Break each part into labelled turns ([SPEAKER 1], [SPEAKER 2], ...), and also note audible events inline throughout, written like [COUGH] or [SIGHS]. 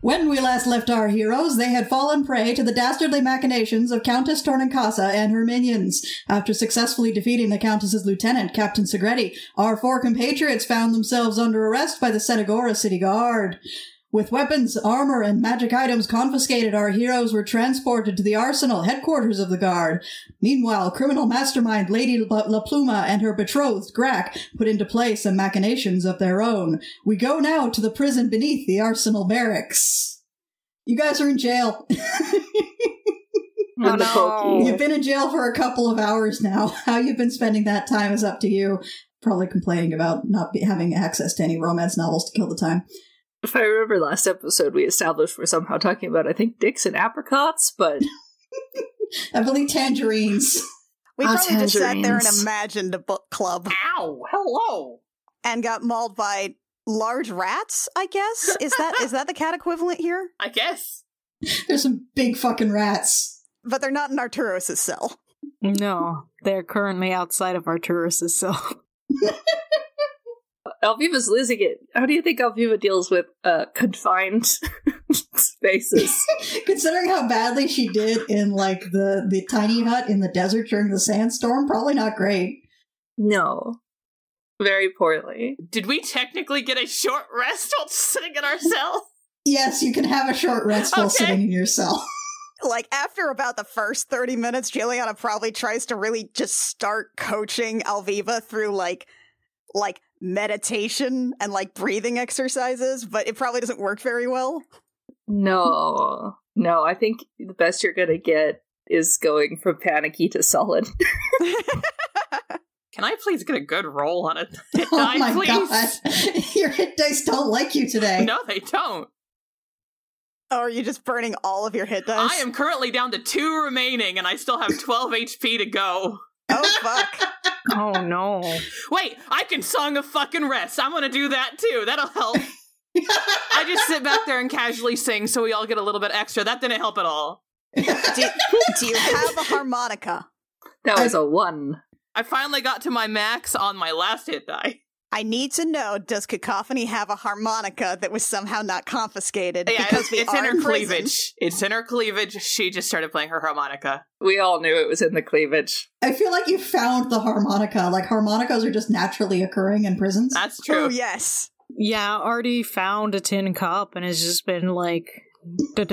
[SPEAKER 1] When we last left our heroes, they had fallen prey to the dastardly machinations of Countess Tornincasa and her minions. After successfully defeating the Countess's lieutenant, Captain Segretti, our four compatriots found themselves under arrest by the Senegora City Guard. With weapons, armor, and magic items confiscated, our heroes were transported to the arsenal headquarters of the guard. Meanwhile, criminal mastermind Lady La, La Pluma and her betrothed, Grack, put into place some machinations of their own. We go now to the prison beneath the arsenal barracks. You guys are in jail. [LAUGHS]
[SPEAKER 2] Oh, no.
[SPEAKER 1] You've been in jail for a couple of hours now. [LAUGHS] How you've been spending that time is up to you. Probably complaining about not be- having access to any romance novels to kill the time.
[SPEAKER 2] If I remember last episode, we established we're somehow talking about, I think, dicks and apricots, but
[SPEAKER 1] I believe tangerines. [LAUGHS]
[SPEAKER 3] We
[SPEAKER 2] Oh,
[SPEAKER 3] probably just sat there and
[SPEAKER 2] tangerines.
[SPEAKER 3] imagined a book club
[SPEAKER 4] Ow! Hello.
[SPEAKER 3] and got mauled by large rats. I guess is that is that the cat equivalent here?
[SPEAKER 4] I guess.
[SPEAKER 1] There's some big fucking rats.
[SPEAKER 3] But they're not in Arturos's cell.
[SPEAKER 5] [LAUGHS] No, they're currently outside of Arturus's [LAUGHS] cell.
[SPEAKER 2] Alviva's losing it. How do you think Alviva deals with uh, confined [LAUGHS] spaces?
[SPEAKER 1] Considering how badly she did in like the the tiny hut in the desert during the sandstorm, probably not great.
[SPEAKER 2] no. Very poorly.
[SPEAKER 4] Did we technically get a short [LAUGHS] rest while sitting
[SPEAKER 1] [LAUGHS]
[SPEAKER 4] in our cell?
[SPEAKER 1] Yes, you can have a short rest while
[SPEAKER 4] Okay.
[SPEAKER 1] sitting in your cell.
[SPEAKER 3] Like after about the first thirty minutes, Juliana probably tries to really just start coaching Alviva through like like meditation and like breathing exercises, but it probably doesn't work very well. [LAUGHS]
[SPEAKER 2] No. No, I think the best you're going to get is going from panicky to sullen.
[SPEAKER 4] Can I please get a good roll on a hit
[SPEAKER 1] [LAUGHS] Oh
[SPEAKER 4] die,
[SPEAKER 1] my
[SPEAKER 4] please?
[SPEAKER 1] god, [LAUGHS] your hit dice don't like you today.
[SPEAKER 4] No, they don't.
[SPEAKER 3] or are you just burning all of your hit dice?
[SPEAKER 4] I am currently down to two remaining, and I still have 12 [LAUGHS] HP to go.
[SPEAKER 3] Oh
[SPEAKER 4] [LAUGHS]
[SPEAKER 3] fuck!
[SPEAKER 5] Oh no.
[SPEAKER 4] Wait, I can song of fucking rest. I'm gonna do that too. That'll
[SPEAKER 1] [LAUGHS]
[SPEAKER 4] help. I just sit back there and casually sing, so we all get a little bit extra. That didn't help at all.
[SPEAKER 3] do, do you have a harmonica?
[SPEAKER 2] [LAUGHS] That
[SPEAKER 1] I-
[SPEAKER 2] was a one.
[SPEAKER 4] I finally got to my max on my last hit die.
[SPEAKER 3] I need to know: Does Cacophony have a harmonica that was somehow not confiscated?
[SPEAKER 4] Yeah,
[SPEAKER 3] because
[SPEAKER 4] it's,
[SPEAKER 3] we
[SPEAKER 4] it's
[SPEAKER 3] are
[SPEAKER 4] in her
[SPEAKER 3] in prison?
[SPEAKER 4] cleavage. It's in her cleavage. She just started playing her harmonica.
[SPEAKER 2] We all knew it was in the cleavage.
[SPEAKER 1] I feel like you found the harmonica. Like harmonicas are just naturally occurring in prisons.
[SPEAKER 4] That's true.
[SPEAKER 3] Oh yes.
[SPEAKER 5] Yeah, Artie found a tin cup and has just been like. I
[SPEAKER 3] I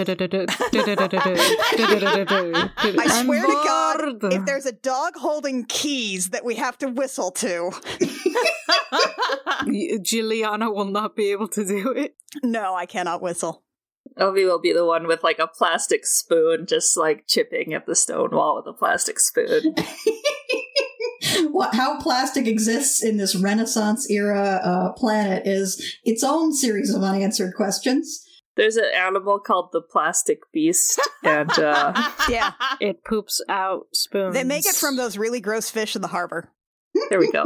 [SPEAKER 3] swear to God, if there's a dog holding keys that we have to whistle to,
[SPEAKER 4] [LAUGHS]
[SPEAKER 5] Giuliana will not be able to do it.
[SPEAKER 3] no, I cannot whistle.
[SPEAKER 2] Ovi will be the one with like a plastic spoon, just like chipping at the stone wall with a plastic [LAUGHS] spoon.
[SPEAKER 1] [LAUGHS] what, how plastic exists in this Renaissance era uh, planet is its own series of unanswered questions.
[SPEAKER 2] There's an animal called the plastic beast, and uh, [LAUGHS]
[SPEAKER 3] Yeah.
[SPEAKER 5] It poops out spoons.
[SPEAKER 3] They make it from those really gross fish in the harbor.
[SPEAKER 2] there we go.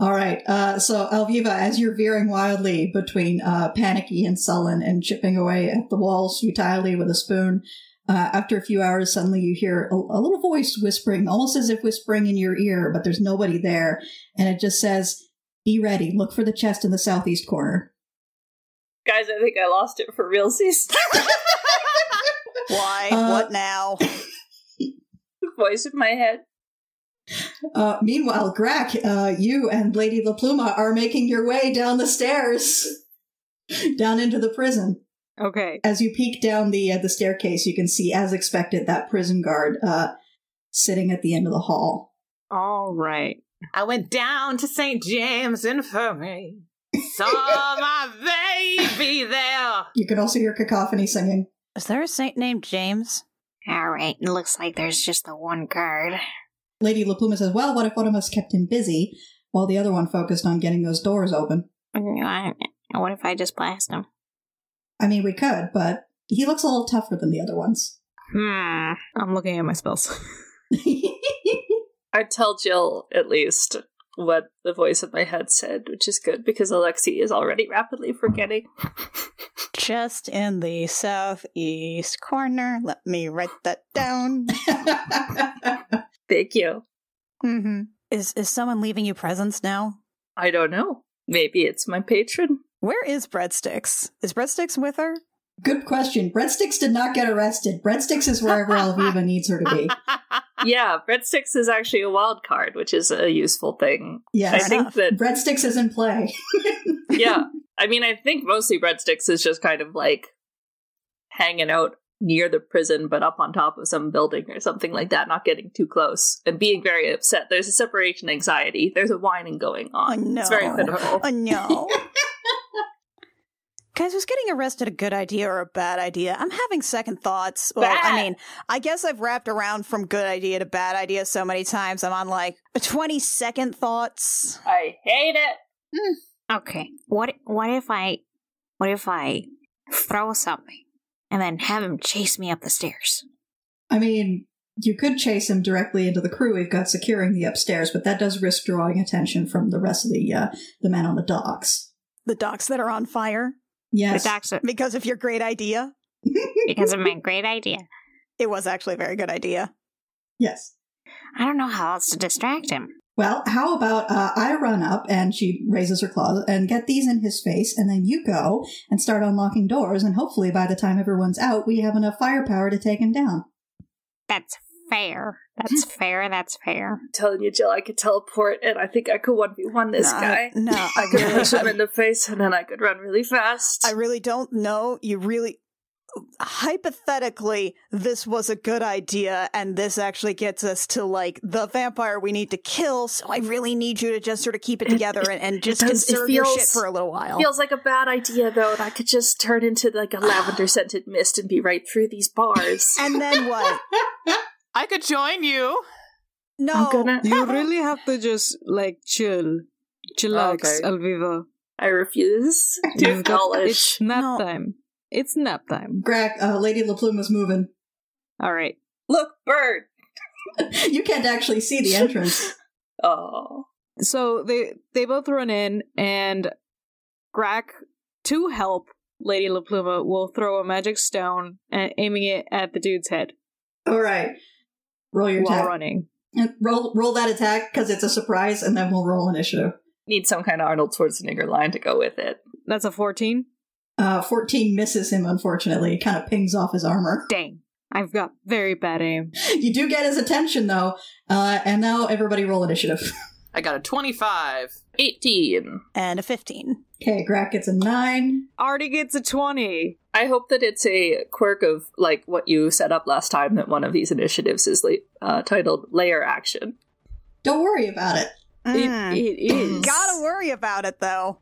[SPEAKER 1] All right. Uh, so, Alviva, as you're veering wildly between uh, panicky and sullen and chipping away at the walls futilely with a spoon, uh, after a few hours, suddenly you hear a, a little voice whispering, almost as if whispering in your ear, but there's nobody there. And it just says, Be ready. Look for the chest in the southeast corner.
[SPEAKER 2] Guys, I think I lost it for real. These [LAUGHS]
[SPEAKER 3] Why?
[SPEAKER 1] Uh,
[SPEAKER 3] what now?
[SPEAKER 2] voice in my head.
[SPEAKER 1] Uh, meanwhile, Grack, uh, you and Lady La Pluma are making your way down the stairs, [LAUGHS] down into the prison.
[SPEAKER 5] Okay.
[SPEAKER 1] As you peek down the uh, the staircase, you can see, as expected, that prison guard uh, sitting at the end of the hall.
[SPEAKER 5] All right.
[SPEAKER 4] I went down to St. James [LAUGHS] Infirmary. Saw my baby there.
[SPEAKER 1] You can also hear cacophony singing.
[SPEAKER 3] Is there a saint named James?
[SPEAKER 6] All right, it looks like there's just the one card.
[SPEAKER 1] Lady La Pluma says, "Well, what if one of us kept him busy, while the other one focused on getting those doors open?
[SPEAKER 6] What if I just blast him?
[SPEAKER 1] I mean, we could, but he looks a little tougher than the other ones." [LAUGHS]
[SPEAKER 6] Hmm.
[SPEAKER 5] I'm looking at my spells.
[SPEAKER 2] I tell Jill at least what the voice in my head said, which is good because Alexi is already rapidly forgetting.
[SPEAKER 3] Just in the southeast corner. Let me write that down.
[SPEAKER 2] Thank you.
[SPEAKER 3] Mm-hmm. Is is someone leaving you presents now?
[SPEAKER 2] [LAUGHS] I don't know. Maybe it's my patron.
[SPEAKER 3] Where is Breadsticks? Is Breadsticks with her?
[SPEAKER 1] Good question. Breadsticks did not get arrested. Breadsticks is wherever Alviva needs her to
[SPEAKER 2] [LAUGHS]
[SPEAKER 1] be.
[SPEAKER 2] yeah, breadsticks is actually a wild card, which is a useful thing. I
[SPEAKER 1] Yes.
[SPEAKER 3] Fair
[SPEAKER 2] think
[SPEAKER 3] enough.
[SPEAKER 2] that
[SPEAKER 1] Breadsticks is in play.
[SPEAKER 2] yeah. I mean, I think mostly breadsticks is just kind of like hanging out near the prison, but up on top of some building or something like that, not getting too close and being very upset. There's a separation anxiety. There's a whining going on.
[SPEAKER 3] Oh, no.
[SPEAKER 2] It's very pitiful.
[SPEAKER 3] Oh no. Guys, was getting arrested a good idea or a bad idea? I'm having second thoughts. Well, I
[SPEAKER 2] Bad.
[SPEAKER 3] mean, I guess I've wrapped around from good idea to bad idea so many times. I'm on like 20 second thoughts.
[SPEAKER 2] I hate it.
[SPEAKER 6] Okay. What what if I what if I throw something and then have him chase me up the stairs?
[SPEAKER 1] I mean, you could chase him directly into the crew we've got securing the upstairs, but that does risk drawing attention from the rest of the uh, the men on the docks.
[SPEAKER 3] The docks that are on fire
[SPEAKER 1] Yes.
[SPEAKER 6] The
[SPEAKER 1] [LAUGHS]
[SPEAKER 6] doctor
[SPEAKER 3] because of your great idea.
[SPEAKER 6] because of my great idea.
[SPEAKER 3] It was actually a very good idea.
[SPEAKER 1] yes.
[SPEAKER 6] I don't know how else to distract him.
[SPEAKER 1] Well, how about uh, I run up and she raises her claws and get these in his face, and then you go and start unlocking doors, and hopefully by the time everyone's out, we have enough firepower to take him down.
[SPEAKER 6] That's fair. That's
[SPEAKER 5] [LAUGHS]
[SPEAKER 6] fair. That's fair.
[SPEAKER 2] I'm telling you, Jill, I could teleport and I think I could 1v1 this
[SPEAKER 3] No, I-
[SPEAKER 2] guy.
[SPEAKER 3] no,
[SPEAKER 2] [LAUGHS]
[SPEAKER 3] I
[SPEAKER 2] I
[SPEAKER 3] [LAUGHS]
[SPEAKER 2] could
[SPEAKER 3] really,
[SPEAKER 2] punch him in the face and then I could run really fast.
[SPEAKER 3] I really don't know. You really. Hypothetically, this was a good idea, and this actually gets us to like the vampire we need to kill. So I really need you to just sort of keep it together and, and just
[SPEAKER 2] does- it
[SPEAKER 3] conserve your shit
[SPEAKER 2] feels-
[SPEAKER 3] for a little while.
[SPEAKER 2] Feels like a bad idea though, and I could just turn into like a lavender scented mist and be right through these bars.
[SPEAKER 3] and then
[SPEAKER 5] [LAUGHS]
[SPEAKER 3] what?
[SPEAKER 4] I could join you.
[SPEAKER 3] No,
[SPEAKER 2] I'm gonna
[SPEAKER 6] [LAUGHS]
[SPEAKER 5] You really have to just like chill, chillax,
[SPEAKER 2] Okay.
[SPEAKER 5] Alviva.
[SPEAKER 2] I refuse to
[SPEAKER 5] You've got-
[SPEAKER 2] acknowledge.
[SPEAKER 5] it's nap
[SPEAKER 3] No.
[SPEAKER 5] time. It's nap time.
[SPEAKER 1] Greg, uh, Lady LaPluma's moving. [LAUGHS]
[SPEAKER 5] All right.
[SPEAKER 2] Look, bird.
[SPEAKER 1] you can't actually see
[SPEAKER 6] [LAUGHS]
[SPEAKER 1] the entrance.
[SPEAKER 2] Oh,
[SPEAKER 5] So they they both run in, and Grack, to help Lady Lapluma, will throw a magic stone and aiming it at the dude's head
[SPEAKER 1] All right. Roll your
[SPEAKER 5] while
[SPEAKER 1] attack.
[SPEAKER 5] running.
[SPEAKER 1] And Roll, roll that attack because it's a surprise, and then we'll roll initiative.
[SPEAKER 2] need some kind of Arnold Schwarzenegger line to go with it.
[SPEAKER 5] That's a fourteen.
[SPEAKER 1] Uh, 14 misses him, unfortunately. It kind of pings off his armor. [LAUGHS]
[SPEAKER 6] Dang.
[SPEAKER 5] I've got very bad aim.
[SPEAKER 1] You do get his attention, though. Uh, and now everybody roll initiative. [LAUGHS]
[SPEAKER 4] I got a 25.
[SPEAKER 2] Eighteen.
[SPEAKER 3] and a fifteen.
[SPEAKER 1] okay, Grack gets a 9.
[SPEAKER 5] Artie gets a twenty.
[SPEAKER 2] I hope that it's a quirk of like what you set up last time that one of these initiatives is la- uh, titled layer action.
[SPEAKER 1] Don't worry about it.
[SPEAKER 5] It, it is.
[SPEAKER 3] Ah. Mm. Gotta worry about it though.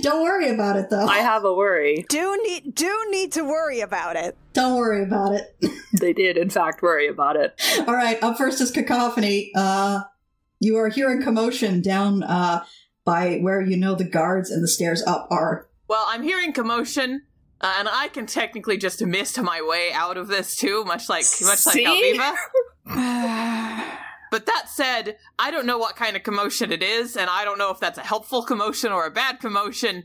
[SPEAKER 1] Don't worry about it, though.
[SPEAKER 2] I have a worry.
[SPEAKER 3] Do need do need to worry about it.
[SPEAKER 1] Don't worry about it. [LAUGHS]
[SPEAKER 2] They did, in fact, worry about it.
[SPEAKER 1] All right, up first is Cacophony. Uh, you are hearing commotion down uh, by where you know the guards and the stairs up are. [LAUGHS]
[SPEAKER 4] Well, I'm hearing commotion, uh, and I can technically just mist my way out of this too, much like much like
[SPEAKER 2] See?
[SPEAKER 4] Alviva.
[SPEAKER 2] [LAUGHS]
[SPEAKER 4] [SIGHS] But that said, I don't know what kind of commotion it is, and I don't know if that's a helpful commotion or a bad commotion.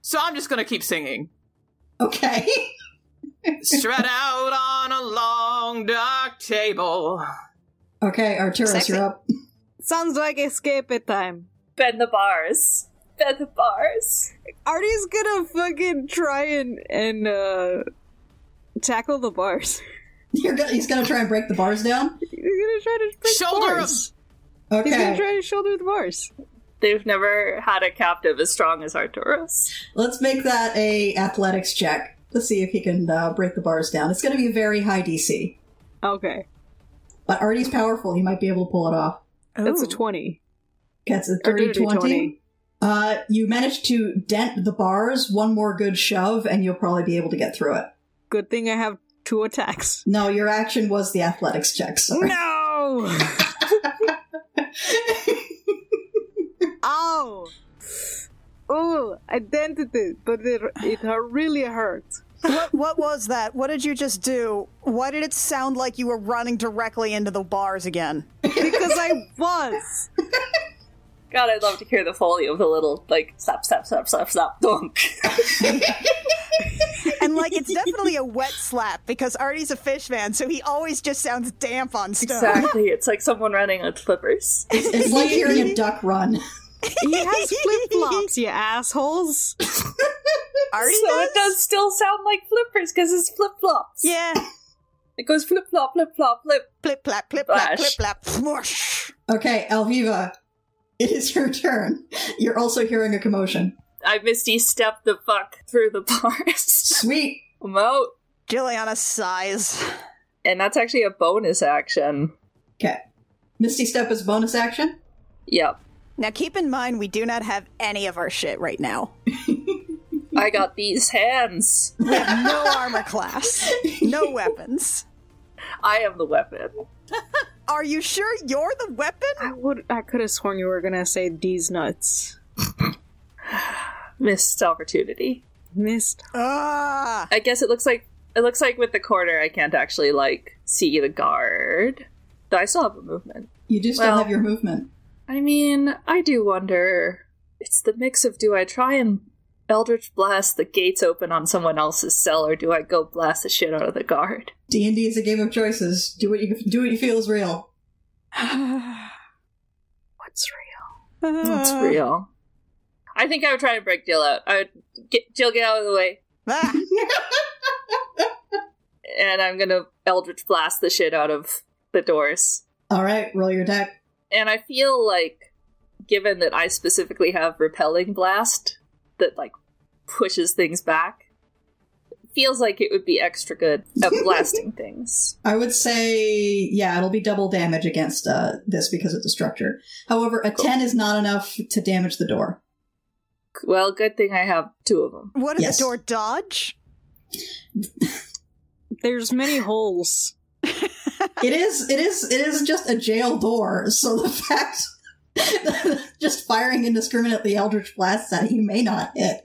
[SPEAKER 4] So I'm just gonna
[SPEAKER 2] [LAUGHS]
[SPEAKER 4] keep singing.
[SPEAKER 1] Okay.
[SPEAKER 4] Spread out on a long dark table.
[SPEAKER 1] okay, Arturus,
[SPEAKER 3] Sexy.
[SPEAKER 1] you're up. [LAUGHS]
[SPEAKER 5] Sounds like escape at time.
[SPEAKER 2] Bend the bars. Bend the bars.
[SPEAKER 5] Artie's gonna fucking try and and uh tackle the bars.
[SPEAKER 1] You're gonna, he's going to try and break the bars down?
[SPEAKER 5] He's gonna try to break
[SPEAKER 4] Shoulder
[SPEAKER 5] bars.
[SPEAKER 1] Okay.
[SPEAKER 5] He's gonna try to shoulder the bars.
[SPEAKER 2] They've never had a captive as strong as Arturus.
[SPEAKER 1] Let's make that a athletics check. Let's see if he can uh, break the bars down. It's going to be a very high DC,
[SPEAKER 5] Okay,
[SPEAKER 1] but Artie's powerful. He might be able to pull it off.
[SPEAKER 5] that's a
[SPEAKER 3] Ooh.
[SPEAKER 5] twenty.
[SPEAKER 1] Gets a
[SPEAKER 5] Or did it do
[SPEAKER 1] 30-20. Uh, you managed to dent the bars. One more good shove, and you'll probably be able to get through it.
[SPEAKER 5] Good thing I have two attacks.
[SPEAKER 1] No, your action was the athletics check. Sorry. [LAUGHS]
[SPEAKER 5] No. Ow. Ooh, I dented it, Oh, but it, it hurt- really hurt.
[SPEAKER 3] What what was that? What did you just do? Why did it sound like you were running directly into the bars again?
[SPEAKER 5] Because I was.
[SPEAKER 2] God, I'd love to hear the foley of the little like slap, slap, slap, slap, slap, dunk.
[SPEAKER 3] [LAUGHS] And like it's definitely a wet slap because Artie's a fish man, so he always just sounds damp on stone.
[SPEAKER 2] [LAUGHS]
[SPEAKER 3] [LAUGHS]
[SPEAKER 2] Exactly. It's like someone running on flippers.
[SPEAKER 1] It's like hearing a duck run.
[SPEAKER 5] He has
[SPEAKER 3] [LAUGHS]
[SPEAKER 5] flip flops, you assholes.
[SPEAKER 3] Artie
[SPEAKER 2] so
[SPEAKER 3] does?
[SPEAKER 2] it does still sound like flippers because it's flip flops.
[SPEAKER 3] Yeah.
[SPEAKER 2] It goes flip flop, flip flop, flip.
[SPEAKER 3] Flip, flap, flip, flap,
[SPEAKER 2] Flash.
[SPEAKER 3] flip, flap, swoosh.
[SPEAKER 1] Okay, Elviva, it is your turn. You're also hearing a commotion.
[SPEAKER 2] I misty stepped the fuck through the [LAUGHS] bars.
[SPEAKER 1] Sweet.
[SPEAKER 2] I'm out.
[SPEAKER 3] Juliana sighs.
[SPEAKER 2] And that's actually a bonus action.
[SPEAKER 1] Okay. Misty Step is bonus action.
[SPEAKER 2] Yep.
[SPEAKER 3] Now keep in mind, we do not have any of our shit right now.
[SPEAKER 2] [LAUGHS] I got these hands.
[SPEAKER 3] We have no armor class, no weapons.
[SPEAKER 2] I am the weapon.
[SPEAKER 3] Are you sure you're the weapon?
[SPEAKER 5] I would. I could have sworn you were gonna say these nuts.
[SPEAKER 2] Missed opportunity.
[SPEAKER 5] Missed.
[SPEAKER 3] Ah,
[SPEAKER 2] I guess it looks like it looks like with the corner I can't actually like see the guard. Though I still have a movement.
[SPEAKER 1] You do still
[SPEAKER 2] Well-
[SPEAKER 1] have your movement.
[SPEAKER 2] I mean, I do wonder. It's the mix of do I try and Eldritch blast the gates open on someone else's cell, or do I go blast the shit out of the guard?
[SPEAKER 1] D and D is a game of choices. Do what you do what you feel is real. [LAUGHS]
[SPEAKER 5] What's real?
[SPEAKER 3] Uh.
[SPEAKER 2] That's real. I think I would try and break Jill out. I would get Jill get out of the way,
[SPEAKER 3] ah.
[SPEAKER 2] and I'm gonna Eldritch blast the shit out of the doors.
[SPEAKER 1] All right, roll your deck.
[SPEAKER 2] and I feel like, given that I specifically have repelling blast that like pushes things back, it feels like it would be extra good at blasting things.
[SPEAKER 1] I would say, yeah, it'll be double damage against uh, this because of the structure. However, a ten is not enough to damage the door.
[SPEAKER 2] Well, good thing I have two of
[SPEAKER 3] [LAUGHS]
[SPEAKER 2] them.
[SPEAKER 3] What did
[SPEAKER 1] Yes.
[SPEAKER 3] the door dodge?
[SPEAKER 5] There's many holes.
[SPEAKER 1] It is, it is, it is just a jail door. So the fact, [LAUGHS] just firing indiscriminately eldritch blasts at you may not hit.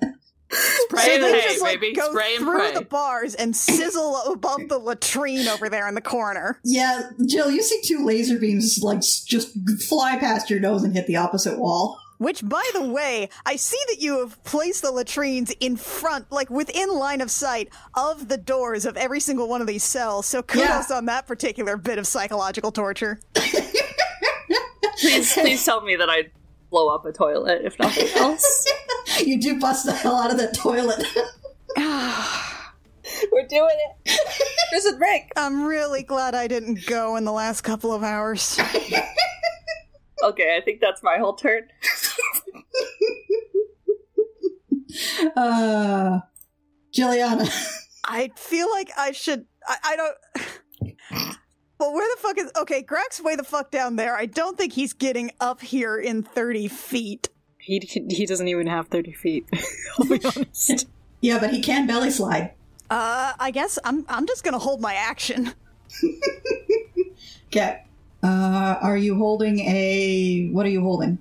[SPEAKER 4] Spray
[SPEAKER 3] so
[SPEAKER 4] and
[SPEAKER 3] they
[SPEAKER 4] pray,
[SPEAKER 3] just like
[SPEAKER 4] baby.
[SPEAKER 3] go
[SPEAKER 4] Spray and
[SPEAKER 3] through
[SPEAKER 4] pray.
[SPEAKER 3] the bars and sizzle above the latrine over there in the corner.
[SPEAKER 1] Yeah, Jill, you see two laser beams like s- just fly past your nose and hit the opposite wall.
[SPEAKER 3] Which, by the way, I see that you have placed the latrines in front, like within line of sight of the doors of every single one of these cells. So kudos on that particular bit of psychological torture.
[SPEAKER 2] Please, please tell me that I blow up a toilet if nothing else.
[SPEAKER 1] [LAUGHS] You do bust the hell out of that toilet.
[SPEAKER 2] We're doing [LAUGHS] it. Prison break.
[SPEAKER 3] I'm really glad I didn't go in the last couple of hours.
[SPEAKER 2] Okay, I think that's my whole turn.
[SPEAKER 1] Uh, Jilliana.
[SPEAKER 3] I feel like I should. I, I don't. [SIGHS] Well, where the fuck is. Okay, Greg's way the fuck down there. I don't think he's getting up here in 30 feet.
[SPEAKER 5] He he doesn't even have thirty feet. [LAUGHS] I'll be honest.
[SPEAKER 1] Yeah, but he can belly slide.
[SPEAKER 3] Uh, I guess I'm, I'm just gonna hold my action.
[SPEAKER 1] Okay. Uh, are you holding a? What are you holding?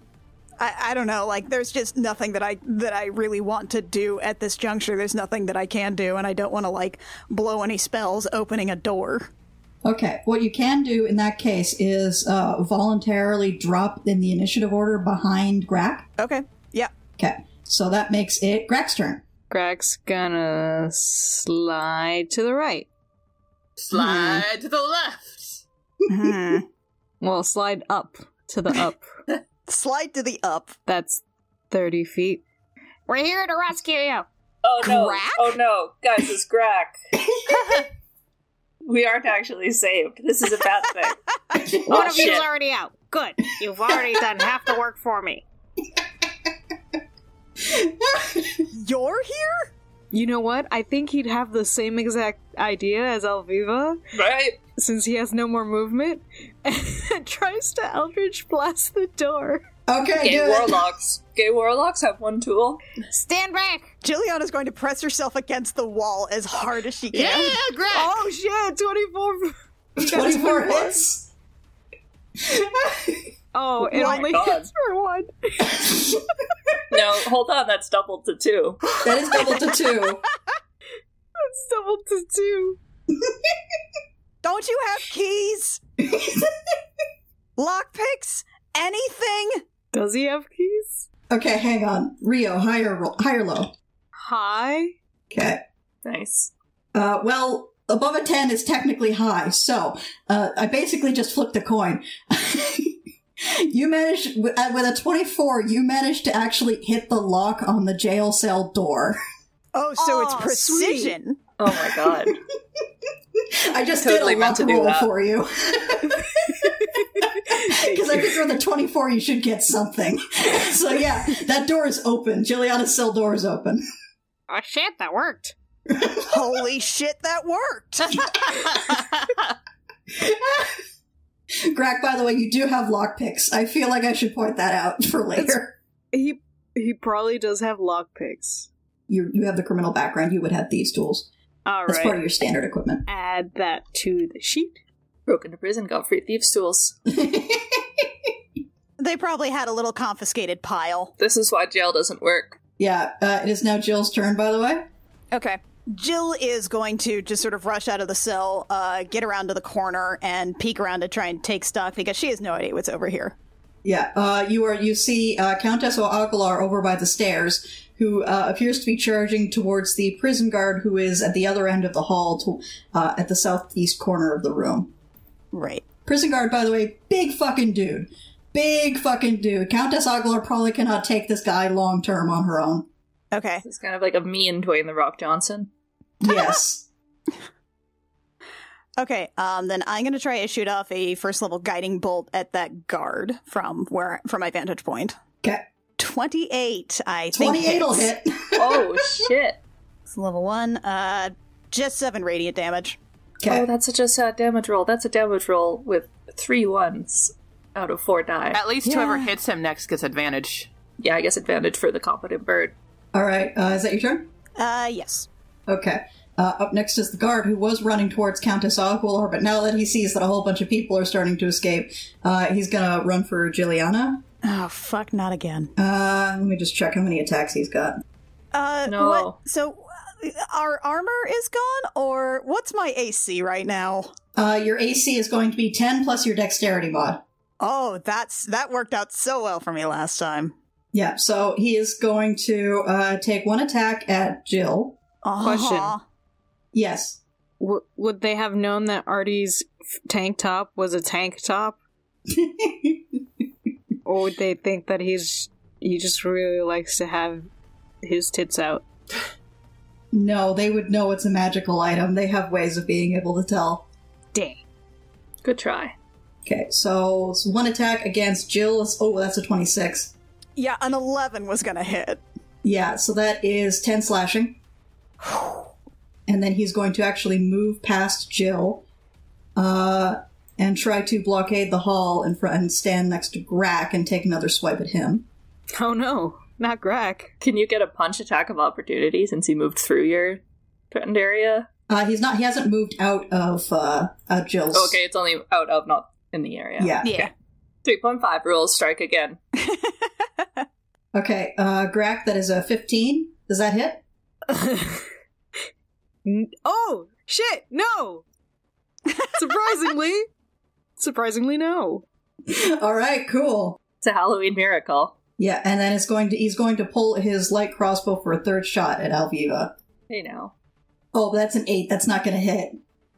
[SPEAKER 3] I, I don't know. Like, there's just nothing that I that I really want to do at this juncture. There's nothing that I can do, and I don't want to like blow any spells opening a door.
[SPEAKER 1] Okay. What you can do in that case is uh, voluntarily drop in the initiative order behind Grack.
[SPEAKER 3] Okay. Yeah.
[SPEAKER 1] Okay. So that makes it Grack's turn.
[SPEAKER 5] Greg's gonna slide to the right.
[SPEAKER 4] Slide to the left.
[SPEAKER 5] Well, slide up to the up.
[SPEAKER 3] [LAUGHS] Slide to the up.
[SPEAKER 5] That's thirty feet.
[SPEAKER 6] We're here to rescue you.
[SPEAKER 2] Oh no!
[SPEAKER 3] Grack?
[SPEAKER 2] Oh no, guys, it's Grack. [LAUGHS] we aren't actually saved. This is a bad thing.
[SPEAKER 6] One [LAUGHS]
[SPEAKER 2] Oh,
[SPEAKER 6] of you's
[SPEAKER 2] shit.
[SPEAKER 6] already out. Good.
[SPEAKER 2] [LAUGHS]
[SPEAKER 6] You've already done half the work for me.
[SPEAKER 3] You're here.
[SPEAKER 5] You know what? I think he'd have the same exact idea as Alviva,
[SPEAKER 2] Right?
[SPEAKER 5] since he has no more movement, [LAUGHS] and tries to Eldritch blast the door.
[SPEAKER 1] Okay.
[SPEAKER 2] Gay
[SPEAKER 1] do it.
[SPEAKER 2] warlocks. Gay warlocks have one tool.
[SPEAKER 6] Stand back.
[SPEAKER 3] Jilliana's going to press herself against the wall as hard as she
[SPEAKER 4] Yeah,
[SPEAKER 3] can.
[SPEAKER 4] Greg.
[SPEAKER 5] Oh shit!
[SPEAKER 1] [LAUGHS]
[SPEAKER 5] Twenty-four.
[SPEAKER 1] Twenty-four hits.
[SPEAKER 5] Oh, it
[SPEAKER 2] my
[SPEAKER 5] only
[SPEAKER 2] God.
[SPEAKER 5] hits for one.
[SPEAKER 2] No, hold on, that's doubled to two.
[SPEAKER 1] That is double to two.
[SPEAKER 5] It's double to two.
[SPEAKER 3] Don't you have keys? Lockpicks? Anything?
[SPEAKER 5] Does he have keys?
[SPEAKER 1] [LAUGHS] Okay, hang on. Rio, higher roll, higher low.
[SPEAKER 5] Hi.
[SPEAKER 1] Okay.
[SPEAKER 2] Nice.
[SPEAKER 1] Uh, well, above a 10 is technically high, so uh, I basically just flipped a coin. [LAUGHS] You manage with uh, with a 24, you manage to actually hit the lock on the jail cell door. [LAUGHS]
[SPEAKER 3] Oh, so
[SPEAKER 6] Aw,
[SPEAKER 3] it's precision.
[SPEAKER 2] Oh my god.
[SPEAKER 1] I just
[SPEAKER 2] Totally
[SPEAKER 1] did a
[SPEAKER 2] meant
[SPEAKER 1] luck
[SPEAKER 2] to do
[SPEAKER 1] roll
[SPEAKER 2] that.
[SPEAKER 1] for
[SPEAKER 2] [LAUGHS]
[SPEAKER 1] you. [LAUGHS] Because I figure with a 24, you should get something. [LAUGHS] so yeah, that door is open. Juliana's cell door is open.
[SPEAKER 6] Oh shit, that worked.
[SPEAKER 3] Holy shit, that worked!
[SPEAKER 1] Grack, by the way, you do have lock picks. I feel like I should point that out [LAUGHS] for later.
[SPEAKER 5] He he probably does have lockpicks.
[SPEAKER 1] You you have the criminal background. You would have these tools.
[SPEAKER 5] All
[SPEAKER 1] That's part
[SPEAKER 5] right.
[SPEAKER 1] of your standard equipment.
[SPEAKER 5] Add that to the sheet.
[SPEAKER 2] Broke into prison, got free thieves' tools.
[SPEAKER 3] they probably had a little confiscated pile.
[SPEAKER 2] This is why jail doesn't work.
[SPEAKER 1] Yeah, uh, it is now Jill's turn. By the way,
[SPEAKER 3] Okay. Jill is going to just sort of rush out of the cell, uh, get around to the corner, and peek around to try and take stuff because she has no idea what's over here.
[SPEAKER 1] yeah, uh, you are you see uh, Countess Aguilar over by the stairs, who uh, appears to be charging towards the prison guard, who is at the other end of the hall, to, uh, at the southeast corner of the room.
[SPEAKER 3] Right.
[SPEAKER 1] Prison guard, by the way, big fucking dude, big fucking dude. Countess Aguilar probably cannot take this guy long term on her own.
[SPEAKER 3] Okay.
[SPEAKER 2] It's kind of like a me and Dwayne the Rock Johnson.
[SPEAKER 1] Yes.
[SPEAKER 3] Okay. Um, then I'm going to try to shoot off a first level guiding bolt at that guard from where from my vantage point.
[SPEAKER 1] Okay.
[SPEAKER 3] 28, I think.
[SPEAKER 1] 28 will
[SPEAKER 3] hits.
[SPEAKER 1] hit.
[SPEAKER 2] Oh shit.
[SPEAKER 3] It's level one. Uh, just seven radiant damage.
[SPEAKER 1] [LAUGHS]
[SPEAKER 2] Oh,
[SPEAKER 1] Okay.
[SPEAKER 2] that's such a sad damage roll. That's a damage roll with three ones out of four die.
[SPEAKER 4] At least whoever hits him next gets advantage.
[SPEAKER 2] Yeah, I guess advantage for the competent bird.
[SPEAKER 1] All right. Uh, is that your turn?
[SPEAKER 3] Uh, yes.
[SPEAKER 1] Okay. Uh, up next is the guard who was running towards Countess Aguilar, but now that he sees that a whole bunch of people are starting to escape, uh, he's gonna run for Juliana.
[SPEAKER 3] Oh, fuck, not again.
[SPEAKER 1] Uh, let me just check how many attacks he's got.
[SPEAKER 3] Uh,
[SPEAKER 2] No.
[SPEAKER 3] What, so, uh, our armor is gone, or what's my AC right now?
[SPEAKER 1] Uh, your AC is going to be 10 plus your dexterity mod.
[SPEAKER 3] Oh, that's that worked out so well for me last time.
[SPEAKER 1] Yeah, so he is going to uh, take one attack at Jill.
[SPEAKER 5] Question.
[SPEAKER 3] Uh-huh.
[SPEAKER 1] Yes.
[SPEAKER 5] W- would they have known that Artie's f- tank top was a tank top, or would they think that he's he just really likes to have his tits out?
[SPEAKER 1] no, they would know it's a magical item. They have ways of being able to tell.
[SPEAKER 5] Dang.
[SPEAKER 2] Good try.
[SPEAKER 1] Okay, so it's one attack against Jill is. Oh, that's a 26.
[SPEAKER 3] Yeah, an eleven was gonna hit.
[SPEAKER 1] Yeah, so that is 10 slashing. And then he's going to actually move past Jill uh, and try to blockade the hall in front and stand next to Grack and take another swipe at him.
[SPEAKER 5] Oh no, not Grack.
[SPEAKER 2] Can you get a punch attack of opportunity since he moved through your threatened area?
[SPEAKER 1] Uh, he's not. He hasn't moved out of uh, uh, Jill's.
[SPEAKER 2] Oh, Okay, it's only out of, not in the area.
[SPEAKER 1] Yeah.
[SPEAKER 3] Yeah.
[SPEAKER 2] 3.5 rules, strike again.
[SPEAKER 1] Okay. Uh, Grack, that is a 15. Does that hit? [LAUGHS]
[SPEAKER 5] N- oh shit! No. Surprisingly, surprisingly, no.
[SPEAKER 1] All right. Cool.
[SPEAKER 2] It's a Halloween miracle.
[SPEAKER 1] Yeah, and then it's going to. He's going to pull his light crossbow for a third shot at Alviva.
[SPEAKER 2] You know.
[SPEAKER 1] Oh, that's an eight. That's not going to hit.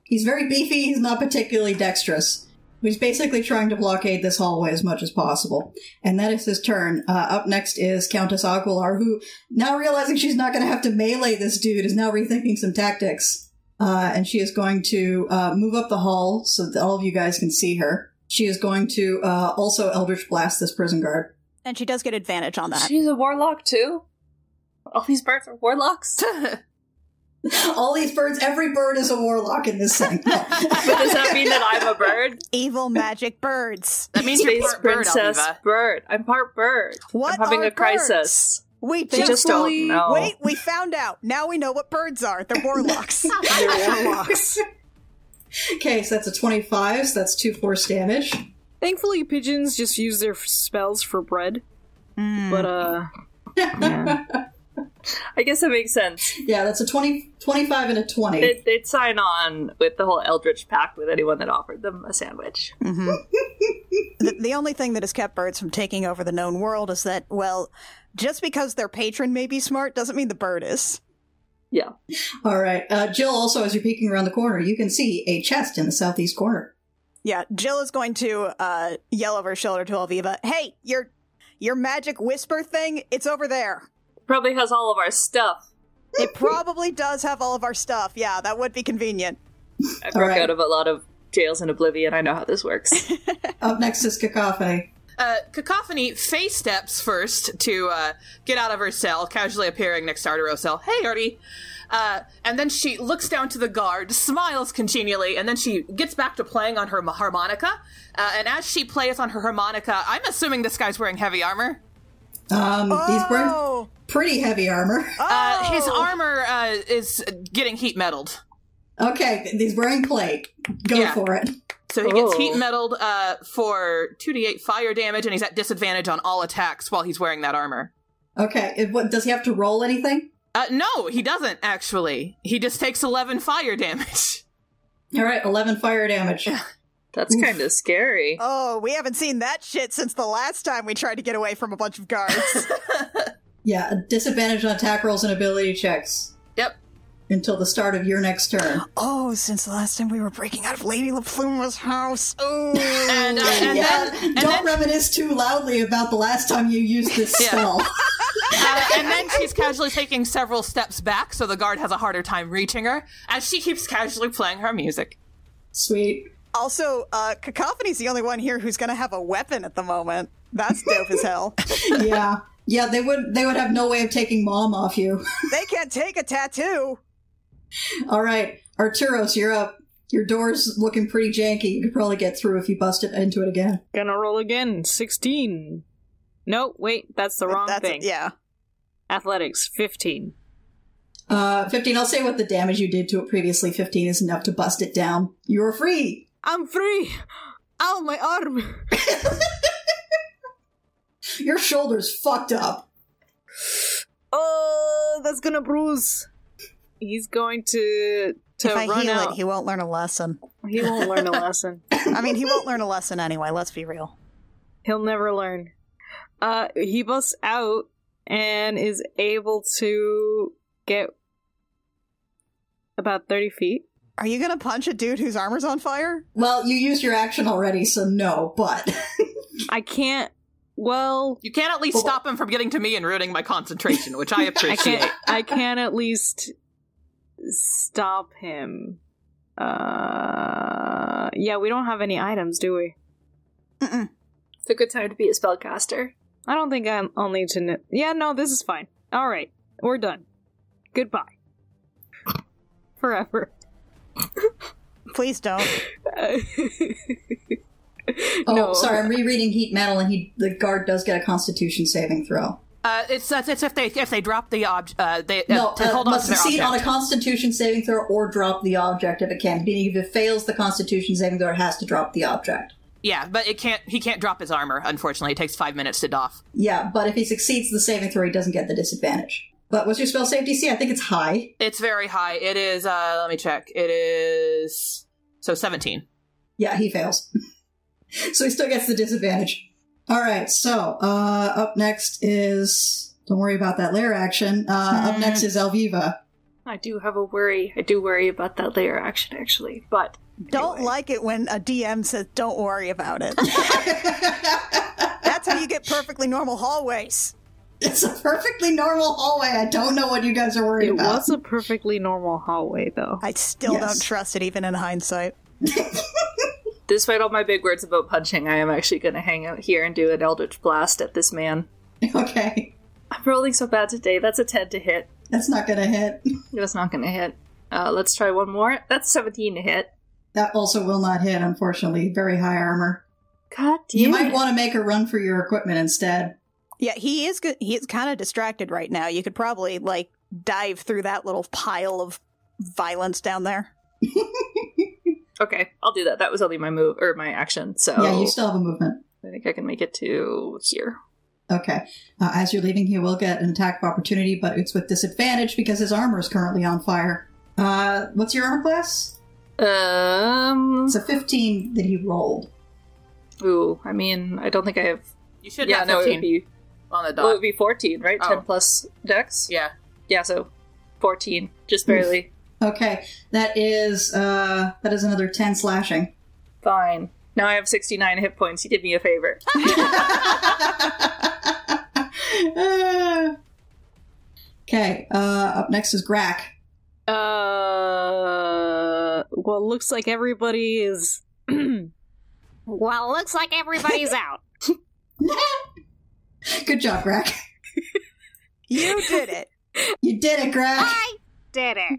[SPEAKER 1] He's very beefy. He's not particularly dexterous. He's basically trying to blockade this hallway as much as possible. And that is his turn. Uh, up next is Countess Aguilar, who, now realizing she's not going to have to melee this dude, is now rethinking some tactics. Uh, and she is going to uh, move up the hall so that all of you guys can see her. She is going to uh, also Eldritch Blast this prison guard. [GASPS]
[SPEAKER 3] And she does get advantage on that.
[SPEAKER 2] She's a warlock too? All these birds are warlocks?
[SPEAKER 1] All these birds, every bird is a warlock in this [LAUGHS] thing. No.
[SPEAKER 2] but does that mean that I'm a bird?
[SPEAKER 3] [LAUGHS] Evil magic birds.
[SPEAKER 4] That means you're
[SPEAKER 2] Space
[SPEAKER 4] part bird,
[SPEAKER 2] princess
[SPEAKER 4] Alviva.
[SPEAKER 2] bird. I'm part bird.
[SPEAKER 3] What
[SPEAKER 2] I'm having
[SPEAKER 3] are
[SPEAKER 2] a crisis.
[SPEAKER 3] We
[SPEAKER 2] They
[SPEAKER 3] just,
[SPEAKER 2] just don't know.
[SPEAKER 3] wait. We found out. Now we know what birds are. They're
[SPEAKER 2] [LAUGHS]
[SPEAKER 3] warlocks.
[SPEAKER 1] Okay, so that's a 25, so that's two force damage.
[SPEAKER 5] Thankfully, pigeons just use their f- spells for bread. But uh, yeah.
[SPEAKER 2] I guess that makes sense.
[SPEAKER 1] Yeah, that's a 20, 25 and a 20.
[SPEAKER 2] They'd, they'd sign on with the whole Eldritch Pact with anyone that offered them a sandwich.
[SPEAKER 3] Mm-hmm. the, the only thing that has kept birds from taking over the known world is that, well, just because their patron may be smart doesn't mean the bird is.
[SPEAKER 2] Yeah.
[SPEAKER 1] All right. Uh, Jill, also, as you're peeking around the corner, you can see a chest in the southeast corner.
[SPEAKER 3] Yeah, Jill is going to uh, yell over her shoulder to Alviva. Hey, your your magic whisper thing, it's over there.
[SPEAKER 2] Probably has all of our stuff.
[SPEAKER 3] It probably does have all of our stuff. Yeah, that would be convenient.
[SPEAKER 2] I broke
[SPEAKER 1] right.
[SPEAKER 2] out of a lot of jails in Oblivion. I know how this works.
[SPEAKER 3] [LAUGHS]
[SPEAKER 1] Up next is Cacophony.
[SPEAKER 4] Uh, Cacophony face steps first to uh, get out of her cell, casually appearing next to Artero's cell. Hey, Artie. Uh, and then she looks down to the guard, smiles congenially, and then she gets back to playing on her ma- harmonica. Uh, and as she plays on her harmonica, I'm assuming this guy's wearing heavy armor.
[SPEAKER 1] Um, He's wearing
[SPEAKER 3] Oh,
[SPEAKER 1] pretty heavy armor.
[SPEAKER 4] Uh, his armor uh, is getting heat metaled.
[SPEAKER 1] Okay, he's wearing plate. Go
[SPEAKER 4] Oh! Yeah.
[SPEAKER 1] for it.
[SPEAKER 4] So he gets
[SPEAKER 2] Oh.
[SPEAKER 4] heat metaled uh, for 2d8 fire damage, and he's at disadvantage on all attacks while he's wearing that armor.
[SPEAKER 1] Okay, it, what, does he have to roll anything?
[SPEAKER 4] Uh, no, he doesn't, actually. He just takes 11 fire damage.
[SPEAKER 1] All right, 11 fire damage.
[SPEAKER 2] That's kind of scary.
[SPEAKER 3] oh, we haven't seen that shit since the last time we tried to get away from a bunch of guards.
[SPEAKER 1] Yeah, a disadvantage on attack rolls and ability checks.
[SPEAKER 4] Yep.
[SPEAKER 1] Until the start of your next turn.
[SPEAKER 3] oh, since the last time we were breaking out of Lady LaPluma's house. Oh,
[SPEAKER 4] [LAUGHS] And, uh, and
[SPEAKER 1] yeah,
[SPEAKER 4] then, and,
[SPEAKER 1] don't
[SPEAKER 4] then,
[SPEAKER 1] reminisce too loudly about the last time you used this
[SPEAKER 4] [LAUGHS] Yeah.
[SPEAKER 1] spell.
[SPEAKER 4] uh, and then she's casually taking several steps back, so the guard has a harder time reaching her, as she keeps casually playing her music.
[SPEAKER 1] Sweet.
[SPEAKER 3] also, uh, Cacophony's the only one here who's going to have a weapon at the moment. That's dope as hell.
[SPEAKER 1] Yeah. Yeah, they would they would have no way of taking mom off you. [LAUGHS]
[SPEAKER 3] They can't take a tattoo.
[SPEAKER 1] All right, Arturos, you're up. Your door's looking pretty janky. You could probably get through if you bust it into it again.
[SPEAKER 5] Gonna roll again. 16. No, wait, that's the wrong
[SPEAKER 3] That's
[SPEAKER 5] thing.
[SPEAKER 3] yeah.
[SPEAKER 5] Athletics, 15.
[SPEAKER 1] Uh, 15, I'll say what the damage you did to it previously. 15 is enough to bust it down. You're free.
[SPEAKER 5] I'm free! [GASPS] Ow, my arm!
[SPEAKER 1] Your shoulder's fucked up.
[SPEAKER 5] Oh, that's gonna bruise. He's going to to
[SPEAKER 3] if I
[SPEAKER 5] run
[SPEAKER 3] heal
[SPEAKER 5] out.
[SPEAKER 3] it, he won't learn a lesson.
[SPEAKER 5] he won't learn
[SPEAKER 3] [LAUGHS]
[SPEAKER 5] a lesson.
[SPEAKER 3] I mean, he won't learn a lesson anyway. Let's be real.
[SPEAKER 5] He'll never learn. Uh, he busts out and is able to get about 30 feet.
[SPEAKER 3] Are you gonna punch a dude whose armor's on fire?
[SPEAKER 1] Well, you used your action already, so no, but. [LAUGHS]
[SPEAKER 5] I can't. Well,
[SPEAKER 4] You can at least stop him from getting to me and ruining my concentration,
[SPEAKER 1] [LAUGHS]
[SPEAKER 4] which I
[SPEAKER 5] I
[SPEAKER 4] appreciate.
[SPEAKER 5] can't. I can at least stop him. Uh, yeah, we don't have any items, do we?
[SPEAKER 3] Mm-mm.
[SPEAKER 2] It's a good time to be a spellcaster.
[SPEAKER 5] I don't think I'm, I'll need to. Know. Yeah, no, this is fine. All right, we're done. Goodbye. [LAUGHS] Forever.
[SPEAKER 3] Please
[SPEAKER 5] [LAUGHS]
[SPEAKER 3] don't.
[SPEAKER 1] Oh,
[SPEAKER 5] No.
[SPEAKER 1] sorry, I'm rereading Heat Metal, and he the guard does get a Constitution saving throw.
[SPEAKER 4] Uh, it's, it's it's if they if they drop the object, uh, they
[SPEAKER 1] No,
[SPEAKER 4] uh, to
[SPEAKER 1] uh,
[SPEAKER 4] hold on
[SPEAKER 1] must
[SPEAKER 4] to their
[SPEAKER 1] succeed on
[SPEAKER 4] object.
[SPEAKER 1] a Constitution saving throw or drop the object if it can. Meaning, if it fails the Constitution saving throw, it has to drop the object.
[SPEAKER 4] yeah, but it can't. He can't drop his armor. Unfortunately, it takes five minutes to doff.
[SPEAKER 1] Yeah, but if he succeeds the saving throw, he doesn't get the disadvantage. But what's your spell save DC? I think it's high.
[SPEAKER 4] It's very high. It is. Uh, let me check. It is so seventeen.
[SPEAKER 1] Yeah, he fails. [LAUGHS] so he still gets the disadvantage. All right, so uh, up next is. Don't worry about that lair action. Uh, Up next is Elviva. [LAUGHS]
[SPEAKER 2] I do have a worry. I do worry about that layer action, actually. But
[SPEAKER 3] Don't like it when a DM says, "Don't worry about
[SPEAKER 5] [LAUGHS]
[SPEAKER 3] it." That's how you get perfectly normal hallways.
[SPEAKER 1] It's a perfectly normal hallway. I don't know what you guys are worried
[SPEAKER 5] it
[SPEAKER 1] about.
[SPEAKER 5] was a perfectly normal hallway, though.
[SPEAKER 3] I still
[SPEAKER 1] Yes.
[SPEAKER 3] don't trust it, even in hindsight.
[SPEAKER 2] despite all my big words about punching, I am actually going to hang out here and do an Eldritch Blast at this man.
[SPEAKER 1] [LAUGHS] Okay.
[SPEAKER 2] I'm rolling so bad today. That's a 10 to hit.
[SPEAKER 1] That's not going to hit.
[SPEAKER 2] That's not going to hit. Uh, let's try one more. That's 17 to hit.
[SPEAKER 1] That also will not hit, unfortunately. Very high armor.
[SPEAKER 2] God damn
[SPEAKER 1] You might
[SPEAKER 2] it.
[SPEAKER 1] want to make a run for your equipment instead. [LAUGHS]
[SPEAKER 3] Yeah, he is. Good. He is kind of distracted right now. You could probably like dive through that little pile of violence down there.
[SPEAKER 2] Okay, I'll do that. That was only my move or my action. So
[SPEAKER 1] Yeah, you still have a movement.
[SPEAKER 2] I think I can make it to here.
[SPEAKER 1] Okay. Uh, as you're leaving, he will get an attack of opportunity, but it's with disadvantage because his armor is currently on fire. Uh, what's your armor class?
[SPEAKER 2] Um.
[SPEAKER 1] It's a 15 that he rolled.
[SPEAKER 2] Ooh, I mean, I don't think I have.
[SPEAKER 4] You should
[SPEAKER 2] yeah,
[SPEAKER 4] have
[SPEAKER 2] no, it
[SPEAKER 4] fifteen
[SPEAKER 2] would be.
[SPEAKER 4] on the dot.
[SPEAKER 2] Well, it would be fourteen, right?
[SPEAKER 4] Oh.
[SPEAKER 2] Ten plus dex.
[SPEAKER 4] yeah.
[SPEAKER 2] Yeah, so fourteen, just barely.
[SPEAKER 1] Okay. That is, uh, that is another 10 slashing. [LAUGHS]
[SPEAKER 2] Fine. Now I have 69 hit points. You did me a favor.
[SPEAKER 1] Okay, uh, up next is Grack.
[SPEAKER 5] Uh, well, looks like everybody is. [LAUGHS]
[SPEAKER 6] Well, looks like
[SPEAKER 2] [LAUGHS]
[SPEAKER 6] everybody's out.
[SPEAKER 1] Good job, Grack.
[SPEAKER 3] You did it.
[SPEAKER 1] You did it, Grack.
[SPEAKER 6] I did it.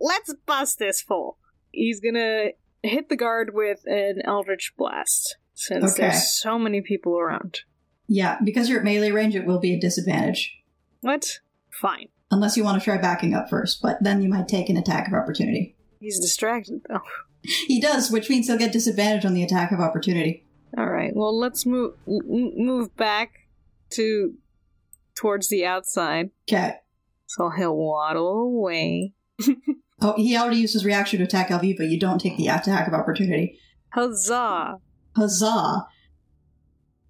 [SPEAKER 5] Let's bust this fool. He's gonna hit the guard with an Eldritch Blast since
[SPEAKER 1] Okay.
[SPEAKER 5] there's so many people around.
[SPEAKER 1] Yeah, because you're at melee range, it will be a disadvantage.
[SPEAKER 5] What? Fine.
[SPEAKER 1] Unless you want to try backing up first, but then you might take an attack of opportunity.
[SPEAKER 5] He's distracted though.
[SPEAKER 1] He does, which means he'll get disadvantage on the attack of opportunity.
[SPEAKER 5] All right. Well, let's move m- move back to towards the outside.
[SPEAKER 1] Okay.
[SPEAKER 5] So he'll waddle away.
[SPEAKER 1] Oh, he already used his reaction to attack Alviva. You don't take the attack of opportunity.
[SPEAKER 5] Huzzah!
[SPEAKER 1] Huzzah!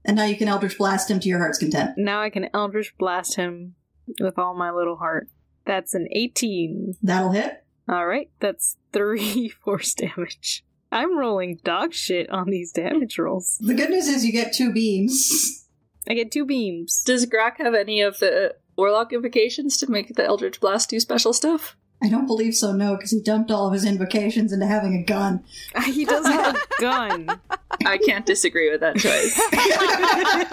[SPEAKER 1] And now you can Eldritch Blast him to your heart's content.
[SPEAKER 5] Now I can Eldritch Blast him with all my little heart. That's an 18.
[SPEAKER 1] That'll hit.
[SPEAKER 5] All right, that's three [LAUGHS] force damage. I'm rolling dog shit on these damage rolls.
[SPEAKER 1] The good news is you get two beams. [LAUGHS]
[SPEAKER 5] I get two beams.
[SPEAKER 2] Does Grak have any of the Warlock invocations to make the Eldritch Blast do special stuff?
[SPEAKER 1] I don't believe so, no, because he dumped all of his invocations into having a gun.
[SPEAKER 5] [LAUGHS]
[SPEAKER 1] [LAUGHS]
[SPEAKER 5] he does [LAUGHS] have a gun.
[SPEAKER 2] I can't disagree with that choice.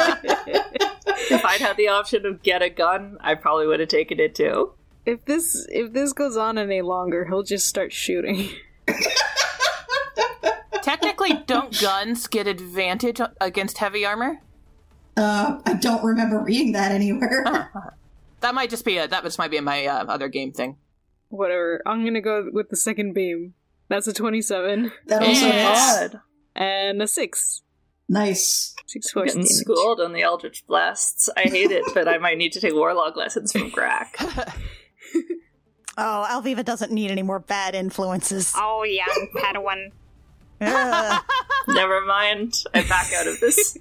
[SPEAKER 2] if I'd had the option of get a gun, I probably would have taken it too.
[SPEAKER 5] If this if this goes on any longer, he'll just start shooting. [LAUGHS]
[SPEAKER 4] [LAUGHS] Technically, don't guns get advantage against heavy armor?
[SPEAKER 1] Uh, I don't remember reading that anywhere.
[SPEAKER 4] That might just be a that just might be my uh, other game thing.
[SPEAKER 5] Whatever. I'm gonna go with the second beam. That's a twenty-seven
[SPEAKER 1] [LAUGHS] That also
[SPEAKER 4] Yes.
[SPEAKER 1] hits.
[SPEAKER 2] God.
[SPEAKER 5] and a six.
[SPEAKER 1] Nice.
[SPEAKER 5] Six force
[SPEAKER 2] Getting
[SPEAKER 5] damage.
[SPEAKER 2] schooled on the Eldritch Blasts. I hate it, but I might need to take Warlock lessons from Grak.
[SPEAKER 3] Oh, Alviva doesn't need any more bad
[SPEAKER 6] [LAUGHS]
[SPEAKER 3] influences.
[SPEAKER 6] Oh, young Padawan.
[SPEAKER 3] Ugh.
[SPEAKER 2] Never mind. I'm back out of this.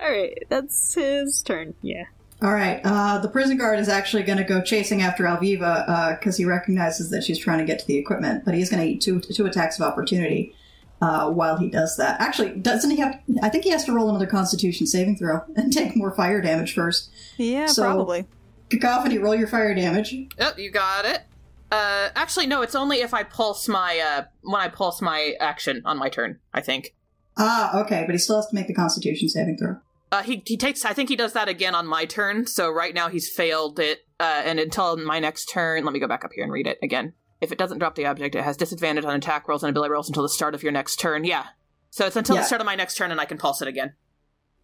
[SPEAKER 5] All right, that's his turn. Yeah.
[SPEAKER 1] All right. Uh, the prison guard is actually going to go chasing after Alviva because he recognizes that she's trying to get to the equipment, but he's going to eat two two attacks of opportunity uh, while he does that. Actually, doesn't he have? I think he has to roll another Constitution saving throw [LAUGHS] and take more fire damage first.
[SPEAKER 3] yeah,
[SPEAKER 1] So-
[SPEAKER 3] probably.
[SPEAKER 1] Cacophony, roll your fire damage.
[SPEAKER 4] Oh, you got it. Uh, actually, no. It's only if I pulse my uh when I pulse my action on my turn. I think.
[SPEAKER 1] Ah, okay, but he still has to make the Constitution saving throw.
[SPEAKER 4] Uh, he he takes. I think he does that again on my turn. So right now he's failed it. Uh, and until my next turn, let me go back up here and read it again. If it doesn't drop the object, it has disadvantage on attack rolls and ability rolls until the start of your next turn. Yeah. So it's until
[SPEAKER 1] Yeah.
[SPEAKER 4] the start of my next turn, and I can pulse it again.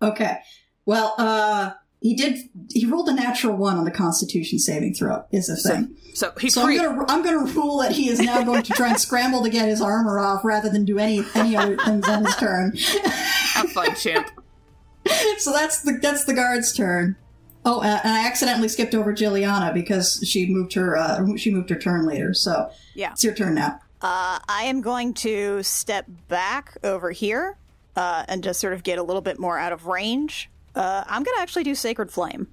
[SPEAKER 1] Okay. Well, uh, he did. He rolled a natural one on the Constitution saving throw. Is a thing.
[SPEAKER 4] So he's
[SPEAKER 1] So
[SPEAKER 4] free.
[SPEAKER 1] I'm gonna I'm gonna rule that he is now going to try and scramble to get his armor off rather than do any any other things on his turn.
[SPEAKER 4] Have fun, champ.
[SPEAKER 1] So that's the that's the guard's turn. Oh, uh, and I accidentally skipped over Juliana because she moved her uh, she moved her turn later. So
[SPEAKER 3] Yeah.
[SPEAKER 1] it's your turn now.
[SPEAKER 3] Uh, I am going to step back over here uh, and just sort of get a little bit more out of range. Uh, I'm going to actually do Sacred Flame.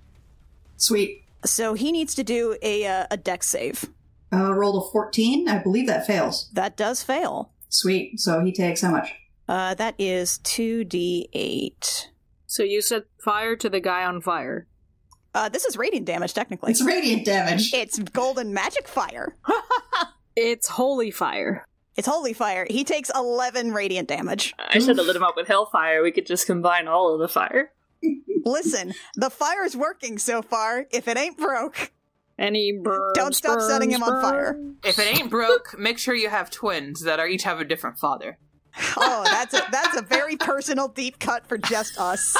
[SPEAKER 1] Sweet.
[SPEAKER 3] So he needs to do a, uh, a deck save.
[SPEAKER 1] Uh, rolled a 14. I believe that fails.
[SPEAKER 3] That does fail.
[SPEAKER 1] Sweet. So he takes how much?
[SPEAKER 3] Uh, that is 2d8.
[SPEAKER 5] So you set fire to the guy on fire.
[SPEAKER 3] Uh, this is radiant damage, technically.
[SPEAKER 1] It's radiant
[SPEAKER 4] [LAUGHS]
[SPEAKER 1] damage.
[SPEAKER 3] It's golden magic fire.
[SPEAKER 5] It's holy fire.
[SPEAKER 3] It's holy fire. He takes 11 radiant damage.
[SPEAKER 2] I should have lit him up with Hellfire. We could just combine all of the fire.
[SPEAKER 3] Listen, the fire's working so far. If it ain't broke, [LAUGHS]
[SPEAKER 5] And he burns.
[SPEAKER 3] Don't stop setting
[SPEAKER 5] burns,
[SPEAKER 3] him on fire.
[SPEAKER 5] burns.
[SPEAKER 4] If it ain't broke, make sure you have twins that are each have a different father.
[SPEAKER 3] oh, that's a, that's a very personal deep cut for just us.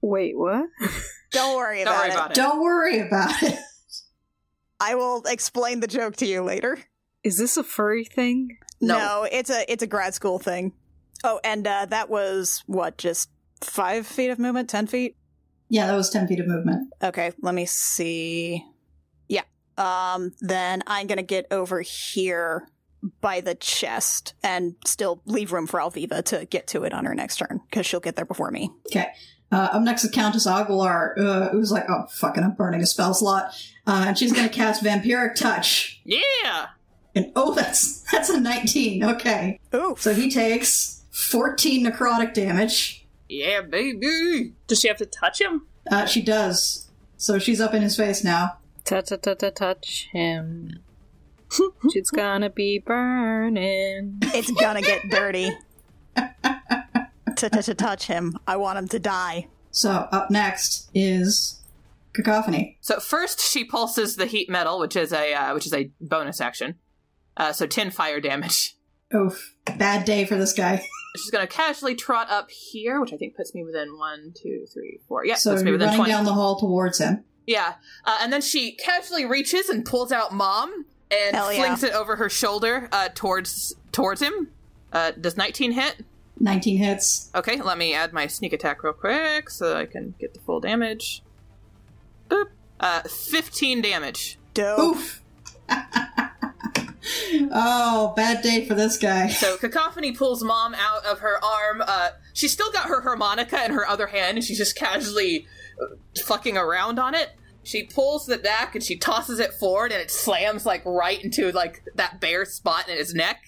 [SPEAKER 5] Wait, what?
[SPEAKER 3] Don't worry
[SPEAKER 4] Don't
[SPEAKER 3] about
[SPEAKER 4] worry
[SPEAKER 3] it.
[SPEAKER 4] about it.
[SPEAKER 1] Don't worry about it. [LAUGHS]
[SPEAKER 3] I will explain the joke to you later.
[SPEAKER 5] Is this a furry thing?
[SPEAKER 4] No.
[SPEAKER 3] it's a it's a grad school thing. Oh, and uh, that was what just five feet of movement, ten feet.
[SPEAKER 1] Yeah, that was 10 feet of movement.
[SPEAKER 3] Okay, let me see. Yeah. Um. Then I'm gonna get over here by the chest and still leave room for Alviva to get to it on her next turn because she'll get there before me.
[SPEAKER 1] Uh, up next is Countess Aguilar, uh, who's like,
[SPEAKER 4] [LAUGHS]
[SPEAKER 1] oh, fucking, I'm burning a spell slot. Uh, and she's going to cast Vampiric Touch.
[SPEAKER 4] Yeah.
[SPEAKER 1] And oh, that's [LAUGHS] that's a 19. Okay.
[SPEAKER 3] Ooh.
[SPEAKER 1] So he takes 14 necrotic damage.
[SPEAKER 4] Yeah, baby.
[SPEAKER 2] Does she have to touch him?
[SPEAKER 1] Uh, she does. So she's up in his face now.
[SPEAKER 5] Touch, touch, touch, touch
[SPEAKER 3] [LAUGHS]
[SPEAKER 5] him. She's gonna be burning.
[SPEAKER 3] It's gonna get dirty. To to touch him. I want him to die.
[SPEAKER 1] So up next is Cacophony.
[SPEAKER 4] So first, she pulses the heat metal, which is a uh, which is a bonus action. Uh, so ten fire damage. [LAUGHS]
[SPEAKER 1] Oof. Bad day for this guy.
[SPEAKER 4] She's gonna casually trot up here, which I think puts me within one, two, three, four. Yeah,
[SPEAKER 1] so
[SPEAKER 4] puts me
[SPEAKER 1] you're
[SPEAKER 4] within
[SPEAKER 1] running
[SPEAKER 4] twenty.
[SPEAKER 1] down the hall towards him.
[SPEAKER 4] Yeah, uh, and then she casually reaches and pulls out mom and
[SPEAKER 3] Hell yeah.
[SPEAKER 4] flings it over her shoulder uh, towards towards him. Uh, does nineteen hit?
[SPEAKER 1] 19 hits.
[SPEAKER 4] Okay, let me add my sneak attack real quick so I can get the full damage. Boop. Uh, 15 damage.
[SPEAKER 3] Dope.
[SPEAKER 1] Oof. [LAUGHS] oh, bad day for this guy.
[SPEAKER 4] So Cacophony pulls mom out of her arm. Uh, she's still got her harmonica in her other hand, and she's just casually uh, fucking around on it. She pulls it back and she tosses it forward, and it slams like right into like that bare spot in his neck.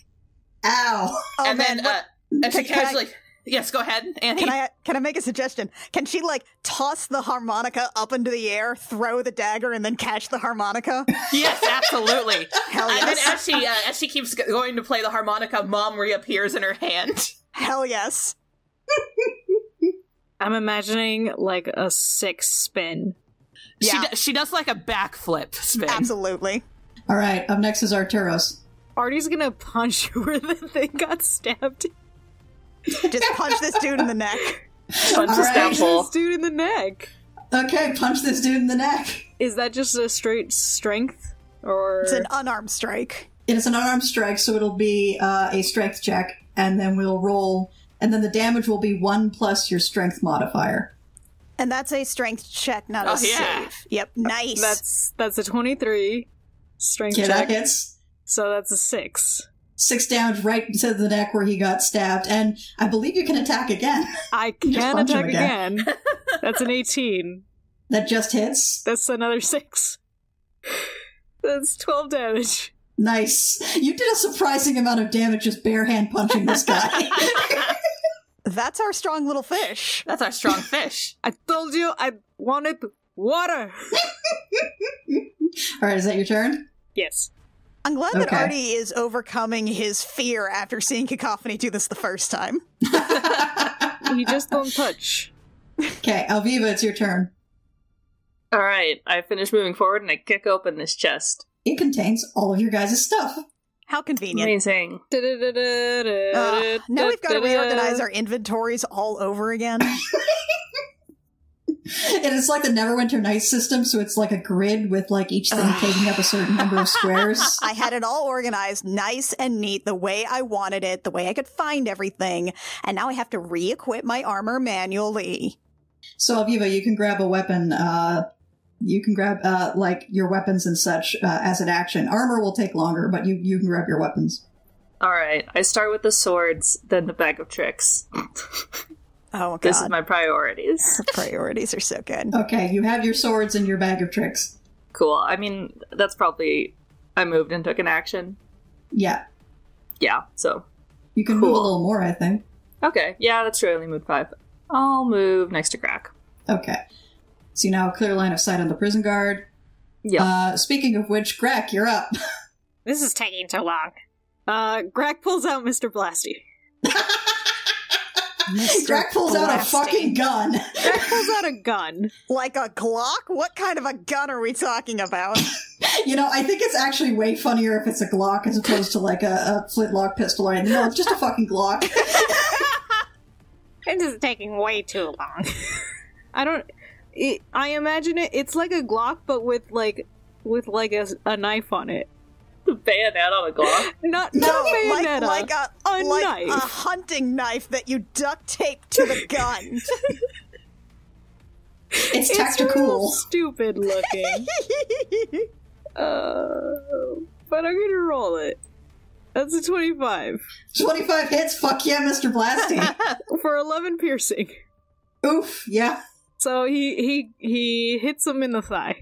[SPEAKER 1] Ow.
[SPEAKER 3] Oh,
[SPEAKER 4] and
[SPEAKER 3] man,
[SPEAKER 4] then,
[SPEAKER 3] what-
[SPEAKER 4] uh, and she
[SPEAKER 3] Can- can I-
[SPEAKER 4] casually. Yes, go ahead, Annie.
[SPEAKER 3] Can I can I make a suggestion? Can she like toss the harmonica up into the air, throw the dagger, and then catch the harmonica?
[SPEAKER 4] Yes,
[SPEAKER 3] [LAUGHS]
[SPEAKER 4] absolutely.
[SPEAKER 3] Hell
[SPEAKER 4] And then
[SPEAKER 3] yes!
[SPEAKER 4] as she uh, as she keeps go- going to play the harmonica, mom reappears in her hand.
[SPEAKER 3] Hell yes!
[SPEAKER 5] I'm imagining like a six spin.
[SPEAKER 3] [LAUGHS] Yeah.
[SPEAKER 4] She, d- she does like a backflip spin.
[SPEAKER 3] Absolutely.
[SPEAKER 1] All right, up next is Arturos.
[SPEAKER 5] Artie's gonna punch [LAUGHS] where the thing got stabbed.
[SPEAKER 3] Just punch this dude in the neck.
[SPEAKER 2] Punch
[SPEAKER 1] All
[SPEAKER 2] his
[SPEAKER 1] right.
[SPEAKER 5] This
[SPEAKER 2] temple.
[SPEAKER 5] dude in the neck.
[SPEAKER 1] Okay, punch this dude in the neck.
[SPEAKER 5] Is that just a straight strength? Or
[SPEAKER 3] It's an unarmed strike.
[SPEAKER 1] It is an unarmed strike, so it'll be uh, a strength check, and then we'll roll, and then the damage will be one plus your strength modifier.
[SPEAKER 3] And that's a strength check, not a
[SPEAKER 4] Oh, yeah.
[SPEAKER 3] save. Yep, nice.
[SPEAKER 5] that's that's a twenty-three strength
[SPEAKER 1] Okay, that
[SPEAKER 5] check.
[SPEAKER 1] hits
[SPEAKER 5] So that's a six.
[SPEAKER 1] six damage right to the neck where he got stabbed, and I believe you can attack again.
[SPEAKER 5] I
[SPEAKER 1] just
[SPEAKER 5] can
[SPEAKER 1] punch him
[SPEAKER 5] attack again. that's an eighteen.
[SPEAKER 1] that just hits.
[SPEAKER 5] That's another six. That's twelve damage.
[SPEAKER 1] Nice. You did a surprising amount of damage just bare hand punching this
[SPEAKER 5] [LAUGHS]
[SPEAKER 1] guy.
[SPEAKER 3] That's our strong little fish.
[SPEAKER 4] That's our strong
[SPEAKER 3] [LAUGHS]
[SPEAKER 4] fish.
[SPEAKER 5] I told you I wanted water.
[SPEAKER 1] All right, is that your turn?
[SPEAKER 5] Yes.
[SPEAKER 3] I'm glad that
[SPEAKER 1] Okay.
[SPEAKER 3] Artie is overcoming his fear after seeing Cacophony do this the first time.
[SPEAKER 5] You just don't touch.
[SPEAKER 1] Okay, Alviva, it's your turn.
[SPEAKER 2] All right, I finish moving forward and I kick open this chest.
[SPEAKER 1] It contains all of your guys' stuff. [LAUGHS]
[SPEAKER 3] How convenient.
[SPEAKER 2] Amazing.
[SPEAKER 3] Ugh,
[SPEAKER 5] Da-da-da-da-da-da-da-da-da.
[SPEAKER 3] now we've got to reorganize our inventories all over again.
[SPEAKER 1] And it's like the Neverwinter Nights system, so it's like a grid with like each thing taking up a certain number of
[SPEAKER 2] [LAUGHS]
[SPEAKER 1] squares.
[SPEAKER 3] I had it all organized, nice and neat, the way I wanted it, the way I could find everything, and now I have to re equip my armor manually.
[SPEAKER 1] So Alviva, you can grab a weapon. Uh, you can grab uh, like your weapons and such uh, as an action. Armor will take longer, but you you can grab your weapons.
[SPEAKER 2] All right, I start with the swords, then the bag of tricks.
[SPEAKER 3] Oh, God.
[SPEAKER 2] This is my priorities.
[SPEAKER 3] Priorities are so good.
[SPEAKER 1] Okay, you have your swords and your bag of tricks.
[SPEAKER 2] Cool. I mean, that's probably I moved and took an action.
[SPEAKER 1] Yeah,
[SPEAKER 2] Yeah. So
[SPEAKER 1] you can move a
[SPEAKER 2] Cool.
[SPEAKER 1] little more, I think.
[SPEAKER 2] okay. Yeah, that's true. I only moved five. I'll move next to crack.
[SPEAKER 1] Okay, so you now have a clear line of sight on the prison guard.
[SPEAKER 2] Yeah.
[SPEAKER 1] Uh, speaking of which, Greg, you're up.
[SPEAKER 6] This is taking too long.
[SPEAKER 5] Uh, Greg pulls out Mr. Blasty.
[SPEAKER 1] Greg pulls out a
[SPEAKER 3] Blasting.
[SPEAKER 1] fucking gun. [LAUGHS]
[SPEAKER 5] Greg pulls out a gun.
[SPEAKER 3] Like a Glock? What kind of a gun are we talking about?
[SPEAKER 1] You know, I think it's actually way funnier if it's a Glock as opposed to like a, a flintlock pistol or anything. No, it's just a fucking Glock.
[SPEAKER 6] This is taking way too long.
[SPEAKER 5] I don't. It, I imagine it. It's like a Glock, but with like with like a, a knife on it.
[SPEAKER 2] The bayonet on a Glock.
[SPEAKER 5] Not
[SPEAKER 3] No,
[SPEAKER 5] not a
[SPEAKER 3] like,
[SPEAKER 5] bayonetta.
[SPEAKER 3] like a,
[SPEAKER 5] a
[SPEAKER 3] like
[SPEAKER 5] knife.
[SPEAKER 3] a hunting knife that you duct tape to the gun.
[SPEAKER 1] It's
[SPEAKER 5] [LAUGHS] it's real
[SPEAKER 1] tactical.
[SPEAKER 3] [LAUGHS]
[SPEAKER 5] stupid looking. uh, but I'm gonna roll it. That's a twenty-five
[SPEAKER 1] 25 hits. Fuck yeah, Mr.
[SPEAKER 5] [LAUGHS]
[SPEAKER 1] Blasty.
[SPEAKER 5] for eleven piercing.
[SPEAKER 1] Oof. Yeah. [LAUGHS]
[SPEAKER 5] So he he he hits him in the thigh.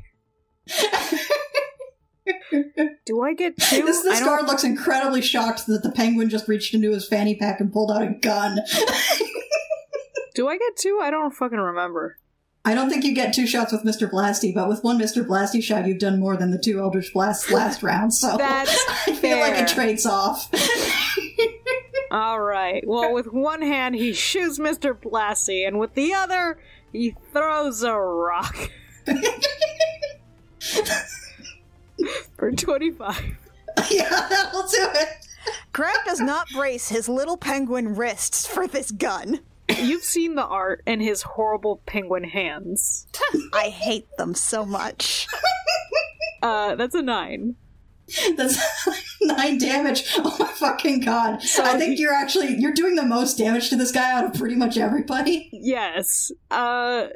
[SPEAKER 5] Do I get two?
[SPEAKER 1] This, this
[SPEAKER 5] I don't-
[SPEAKER 1] guard looks incredibly shocked that the penguin just reached into his fanny pack and pulled out a gun.
[SPEAKER 5] do I get two? I don't fucking remember.
[SPEAKER 1] I don't think you get two shots with Mr. Blasty, but with one Mr. Blasty shot, you've done more than the two Eldritch Blasts
[SPEAKER 5] [LAUGHS]
[SPEAKER 1] last round, so
[SPEAKER 5] That's
[SPEAKER 1] [LAUGHS] I feel like
[SPEAKER 5] fair.
[SPEAKER 1] it trades off. [LAUGHS]
[SPEAKER 5] All right. Well, with one hand he shoots Mr. Blassie, and with the other he throws a rock [LAUGHS] for twenty-five.
[SPEAKER 1] yeah, that'll do it.
[SPEAKER 3] Greg does not brace his little penguin wrists for this gun.
[SPEAKER 5] You've seen the art and his horrible penguin hands.
[SPEAKER 3] I hate them so much.
[SPEAKER 5] Uh, that's a nine.
[SPEAKER 1] That's [LAUGHS] nine damage. Oh my fucking god. I think you're actually you're doing the most damage to this guy out of pretty much everybody. [LAUGHS]
[SPEAKER 5] Yes. Uh,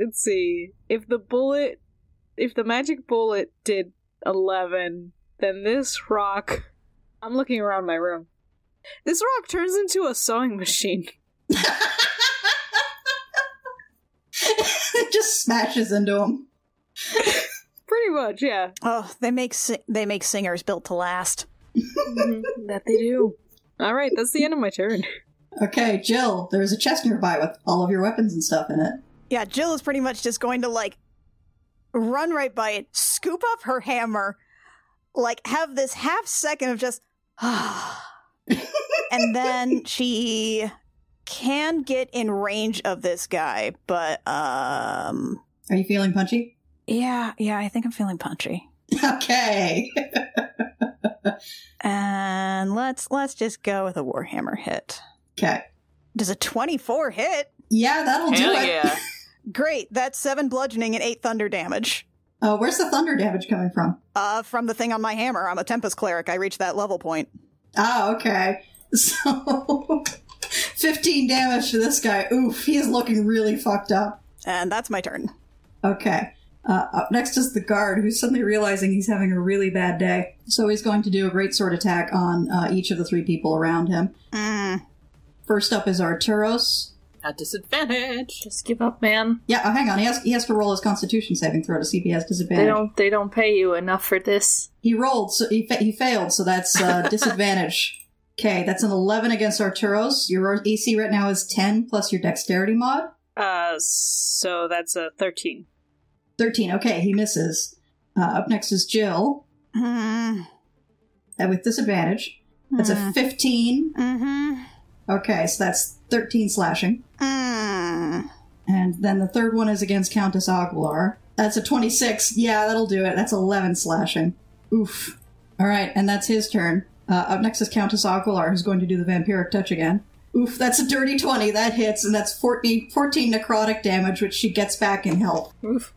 [SPEAKER 5] let's see. If the bullet, if the magic bullet did eleven, then this rock. I'm looking around my room. This rock turns into a sewing machine. [LAUGHS]
[SPEAKER 1] it just smashes into him.
[SPEAKER 5] Pretty much, yeah.
[SPEAKER 3] Oh, they make si- they make singers built to last.
[SPEAKER 5] [LAUGHS] That they do. All right, that's the end of my turn.
[SPEAKER 1] Okay, Jill, there's a chest nearby with all of your weapons and stuff in it. [LAUGHS]
[SPEAKER 3] Yeah, Jill is pretty much just going to like run right by it, scoop up her hammer, like have this half second of just and then she can get in range of this guy, but um
[SPEAKER 1] Are you feeling punchy? [LAUGHS]
[SPEAKER 3] yeah, yeah, I think I'm feeling punchy.
[SPEAKER 1] Okay. [LAUGHS]
[SPEAKER 3] And let's let's just go with a warhammer hit.
[SPEAKER 1] Okay.
[SPEAKER 3] Does a 24 hit?
[SPEAKER 1] Yeah, that'll do
[SPEAKER 4] Hell
[SPEAKER 1] it.
[SPEAKER 4] yeah.
[SPEAKER 3] Great. That's 7 bludgeoning and 8 thunder damage.
[SPEAKER 1] Uh, where's the thunder damage coming from?
[SPEAKER 3] Uh from the thing on my hammer. I'm a tempest cleric. I reached that level point.
[SPEAKER 1] Ah, okay. [LAUGHS] So [LAUGHS] 15 damage to this guy. Oof, he is looking really fucked up.
[SPEAKER 3] And that's my turn.
[SPEAKER 1] Okay. Uh, up next is the guard, who's suddenly realizing he's having a really bad day. So he's going to do a great sword attack on uh, each of the three people around him.
[SPEAKER 3] Mm.
[SPEAKER 1] First up is Arturos.
[SPEAKER 4] At disadvantage.
[SPEAKER 2] Just give up, man.
[SPEAKER 1] Yeah, oh, hang on. He has, he has to roll his Constitution saving throw to see if he has
[SPEAKER 2] They
[SPEAKER 1] disadvantage.
[SPEAKER 2] don't they don't pay you enough for this.
[SPEAKER 1] He rolled, so he, fa- he failed, so that's
[SPEAKER 2] [LAUGHS]
[SPEAKER 1] uh, disadvantage. Okay, that's an 11 against Arturos. Your AC right now is 10 plus your dexterity mod.
[SPEAKER 5] Uh, so that's a thirteen.
[SPEAKER 1] 13. Okay, he misses. Uh, up next is Jill,
[SPEAKER 3] Mm.
[SPEAKER 1] uh, with disadvantage. That's a 15
[SPEAKER 3] Mm-hmm.
[SPEAKER 1] Okay, so that's 13 slashing.
[SPEAKER 3] Mm.
[SPEAKER 1] And then the third one is against Countess Aguilar. That's a 26. Yeah, that'll do it. That's 11 slashing. Oof. All right, and that's his turn. Uh, up next is Countess Aguilar, who's going to do the vampiric touch again. Oof, that's a dirty 20. That hits, and that's 14, 14 necrotic damage, which she gets back in health.
[SPEAKER 4] Oof.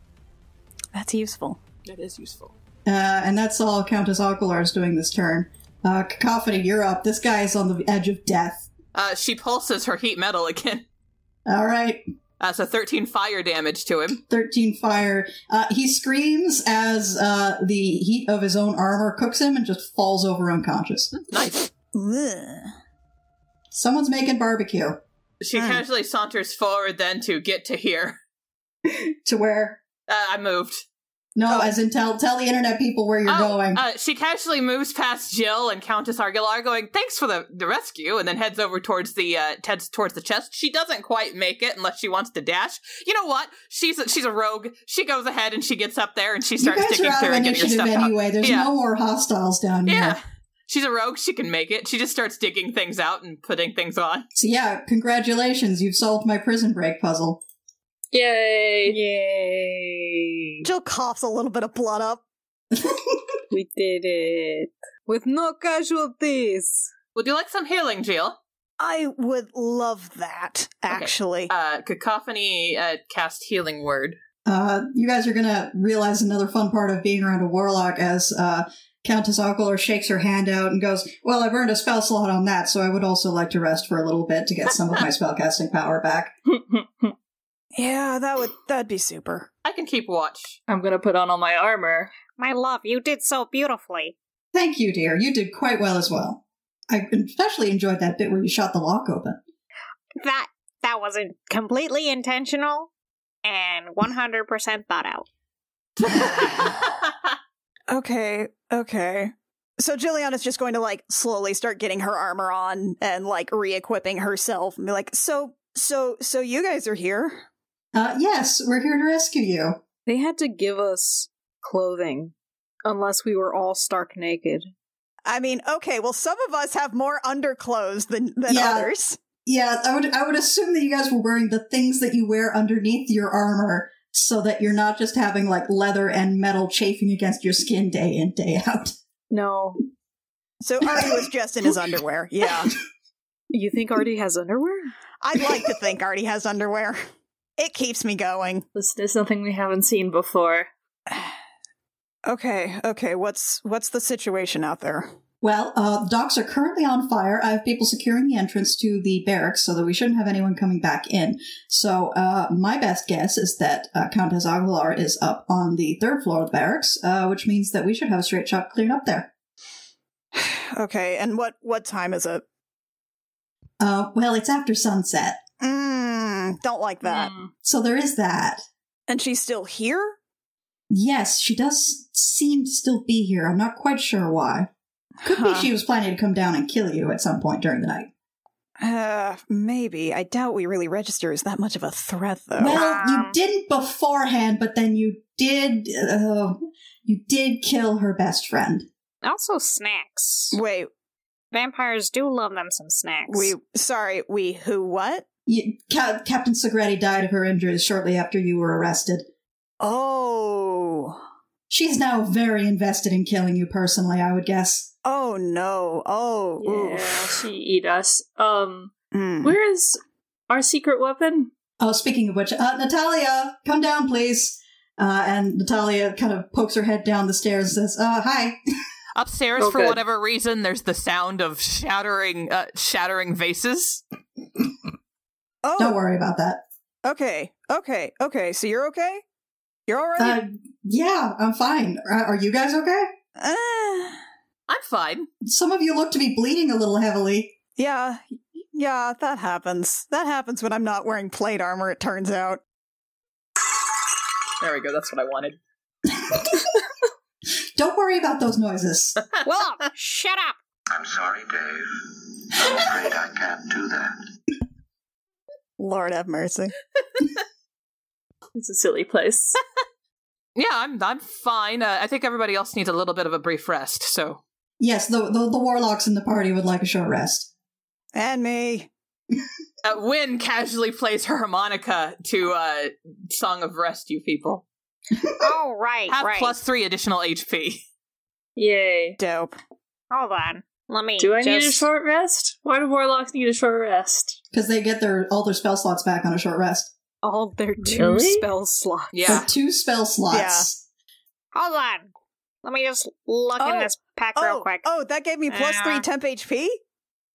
[SPEAKER 3] That's useful.
[SPEAKER 4] That is useful.
[SPEAKER 1] Uh, and that's all Countess Aguilar is doing this turn. Uh, Cacophony, you're up. This guy is on the edge of death.
[SPEAKER 4] Uh, she pulses her heat metal again. [LAUGHS]
[SPEAKER 1] All right,
[SPEAKER 4] Uh, so 13 fire damage to him.
[SPEAKER 1] 13 fire. Uh, he screams as uh, the heat of his own armor cooks him and just falls over unconscious.
[SPEAKER 4] Nice.
[SPEAKER 3] Ugh.
[SPEAKER 1] Someone's making barbecue.
[SPEAKER 4] She
[SPEAKER 3] Hmm.
[SPEAKER 4] casually saunters forward then to get to here.
[SPEAKER 1] To where?
[SPEAKER 4] Uh, I moved.
[SPEAKER 1] No,
[SPEAKER 3] Oh.
[SPEAKER 1] as in tell tell the internet people where you're
[SPEAKER 4] Oh,
[SPEAKER 1] going.
[SPEAKER 4] Uh, she casually moves past Jill and Countess Argular, going, "Thanks for the, the rescue," and then heads over towards the uh, heads towards the chest. She doesn't quite make it unless she wants to dash. You know what? She's a, she's a rogue. She goes ahead and she gets up there and she
[SPEAKER 1] you
[SPEAKER 4] starts
[SPEAKER 1] guys are
[SPEAKER 4] sticking
[SPEAKER 1] out
[SPEAKER 4] through
[SPEAKER 1] of
[SPEAKER 4] and getting her
[SPEAKER 1] initiative
[SPEAKER 4] stuff out.
[SPEAKER 1] anyway. There's
[SPEAKER 4] Yeah.
[SPEAKER 1] no more hostiles down here.
[SPEAKER 4] Yeah. She's a rogue. She can make it. She just starts digging things out and putting things on.
[SPEAKER 1] So yeah, congratulations. You've solved my prison break puzzle. [LAUGHS]
[SPEAKER 2] Yay!
[SPEAKER 5] Yay!
[SPEAKER 3] Jill coughs a little bit of blood up.
[SPEAKER 5] We did it with no casualties.
[SPEAKER 4] Would you like some healing, Jill?
[SPEAKER 3] I would love that, actually.
[SPEAKER 4] Uh, cacophony uh, cast healing word.
[SPEAKER 1] Uh, you guys are gonna realize another fun part of being around a warlock as uh, Countess Aguilar shakes her hand out and goes, "Well, I've earned a spell slot on that, so I would also like to rest for a little bit to get some of my spellcasting power back."
[SPEAKER 3] yeah, that would that'd be super.
[SPEAKER 4] I can keep
[SPEAKER 1] [LAUGHS]
[SPEAKER 4] watch.
[SPEAKER 2] [LAUGHS]
[SPEAKER 4] [LAUGHS]
[SPEAKER 2] I'm gonna put on all my armor.
[SPEAKER 6] My love, you did so beautifully.
[SPEAKER 1] Thank you, dear. You did quite well as well. I especially enjoyed that bit where you shot the lock open.
[SPEAKER 6] That that wasn't completely intentional and 100% thought out.
[SPEAKER 3] Okay, okay. So Jillian is just going to like slowly start getting her armor on and like re-equipping herself and be like, so so so you guys are here.
[SPEAKER 1] Uh, yes, we're here to rescue you.
[SPEAKER 5] They had to give us clothing unless we were all stark naked.
[SPEAKER 3] I mean, okay, well some of us have more underclothes than than
[SPEAKER 1] Yeah.
[SPEAKER 3] others.
[SPEAKER 1] Yeah, I would I would assume that you guys were wearing the things that you wear underneath your armor so that you're not just having like leather and metal chafing against your skin day in, day out.
[SPEAKER 5] No.
[SPEAKER 3] So Artie was just in his underwear. Yeah.
[SPEAKER 5] You think Artie has underwear?
[SPEAKER 3] I'd like to think Artie has underwear. It keeps me going.
[SPEAKER 2] This is something we haven't seen before.
[SPEAKER 3] Okay, okay, what's what's the situation out there?
[SPEAKER 1] Well, uh, the docks are currently on fire. I have people securing the entrance to the barracks so that we shouldn't have anyone coming back in. So, uh, my best guess is that uh, Countess Aguilar is up on the third floor of the barracks, uh, which means that we should have a straight shot cleared up there.
[SPEAKER 3] Okay, and what what time is it?
[SPEAKER 1] Uh, well, it's after sunset,
[SPEAKER 3] Mm, don't like that.
[SPEAKER 2] Hmm.
[SPEAKER 1] so there is that.
[SPEAKER 3] And she's still here?
[SPEAKER 1] Yes, she does seem to still be here. I'm not quite sure why. Could
[SPEAKER 3] Huh.
[SPEAKER 1] be she was planning to come down and kill you at some point during the night.
[SPEAKER 3] Uh, maybe. I doubt we really register as that much of a threat, though. Um,
[SPEAKER 1] Well, you didn't beforehand, but then you did. Uh, you did kill her best friend.
[SPEAKER 6] Also, snacks.
[SPEAKER 3] Wait,
[SPEAKER 6] Vampires do love them some snacks.
[SPEAKER 3] we. Sorry, we who what?
[SPEAKER 1] You, Cap- Captain Segretti died of her injuries shortly after you were arrested.
[SPEAKER 3] Oh.
[SPEAKER 1] She's now very invested in killing you personally, I would guess.
[SPEAKER 3] Oh no. Oh.
[SPEAKER 2] Yeah,
[SPEAKER 3] oof.
[SPEAKER 2] she eat us. Um,
[SPEAKER 3] Mm.
[SPEAKER 2] where is our secret weapon?
[SPEAKER 1] Oh, speaking of which, uh, Natalia, come down, please. Uh, and Natalia kind of pokes her head down the stairs and says, uh, Hi.
[SPEAKER 4] Upstairs,
[SPEAKER 2] Oh,
[SPEAKER 4] for
[SPEAKER 2] good.
[SPEAKER 4] whatever reason, there's the sound of shattering, uh, shattering vases.
[SPEAKER 3] Oh.
[SPEAKER 1] Don't worry about that.
[SPEAKER 3] Okay. Okay. Okay. So you're okay. You're all right.
[SPEAKER 1] Uh, yeah, I'm fine. Are are you guys okay?
[SPEAKER 3] Eh,
[SPEAKER 4] I'm fine.
[SPEAKER 1] Some of you look to be bleeding a little heavily.
[SPEAKER 3] yeah. Yeah. That happens. That happens when I'm not wearing plate armor. It turns out.
[SPEAKER 4] There we go. That's what I wanted.
[SPEAKER 1] Don't worry about those noises.
[SPEAKER 6] Well, shut up.
[SPEAKER 7] I'm sorry, Dave. I'm afraid I can't do that.
[SPEAKER 3] Lord have mercy.
[SPEAKER 2] It's a silly place.
[SPEAKER 4] Yeah, I'm. I'm fine. Uh, I think everybody else needs a little bit of a brief rest. So
[SPEAKER 1] yes, the, the the warlocks in the party would like a short rest.
[SPEAKER 3] And me.
[SPEAKER 4] Uh, Wynn casually plays her harmonica to uh, Song of Rest, you people.
[SPEAKER 6] Oh, right,
[SPEAKER 4] Have
[SPEAKER 6] right.
[SPEAKER 4] plus three additional [LAUGHS] HP.
[SPEAKER 2] Yay.
[SPEAKER 3] Dope.
[SPEAKER 6] Hold on. Let me.
[SPEAKER 2] Do I need a
[SPEAKER 6] just-
[SPEAKER 2] short rest? Why do warlocks need a short rest?
[SPEAKER 1] Because they get their all their spell slots back on a short rest.
[SPEAKER 5] All their two
[SPEAKER 2] Really?
[SPEAKER 5] spell slots.
[SPEAKER 4] Yeah.
[SPEAKER 1] So two spell slots.
[SPEAKER 6] Hold on. Let me just look in
[SPEAKER 3] Oh.
[SPEAKER 6] this pack real
[SPEAKER 3] Oh,
[SPEAKER 6] quick.
[SPEAKER 3] oh, that gave me plus
[SPEAKER 6] Ah.
[SPEAKER 3] three temp HP.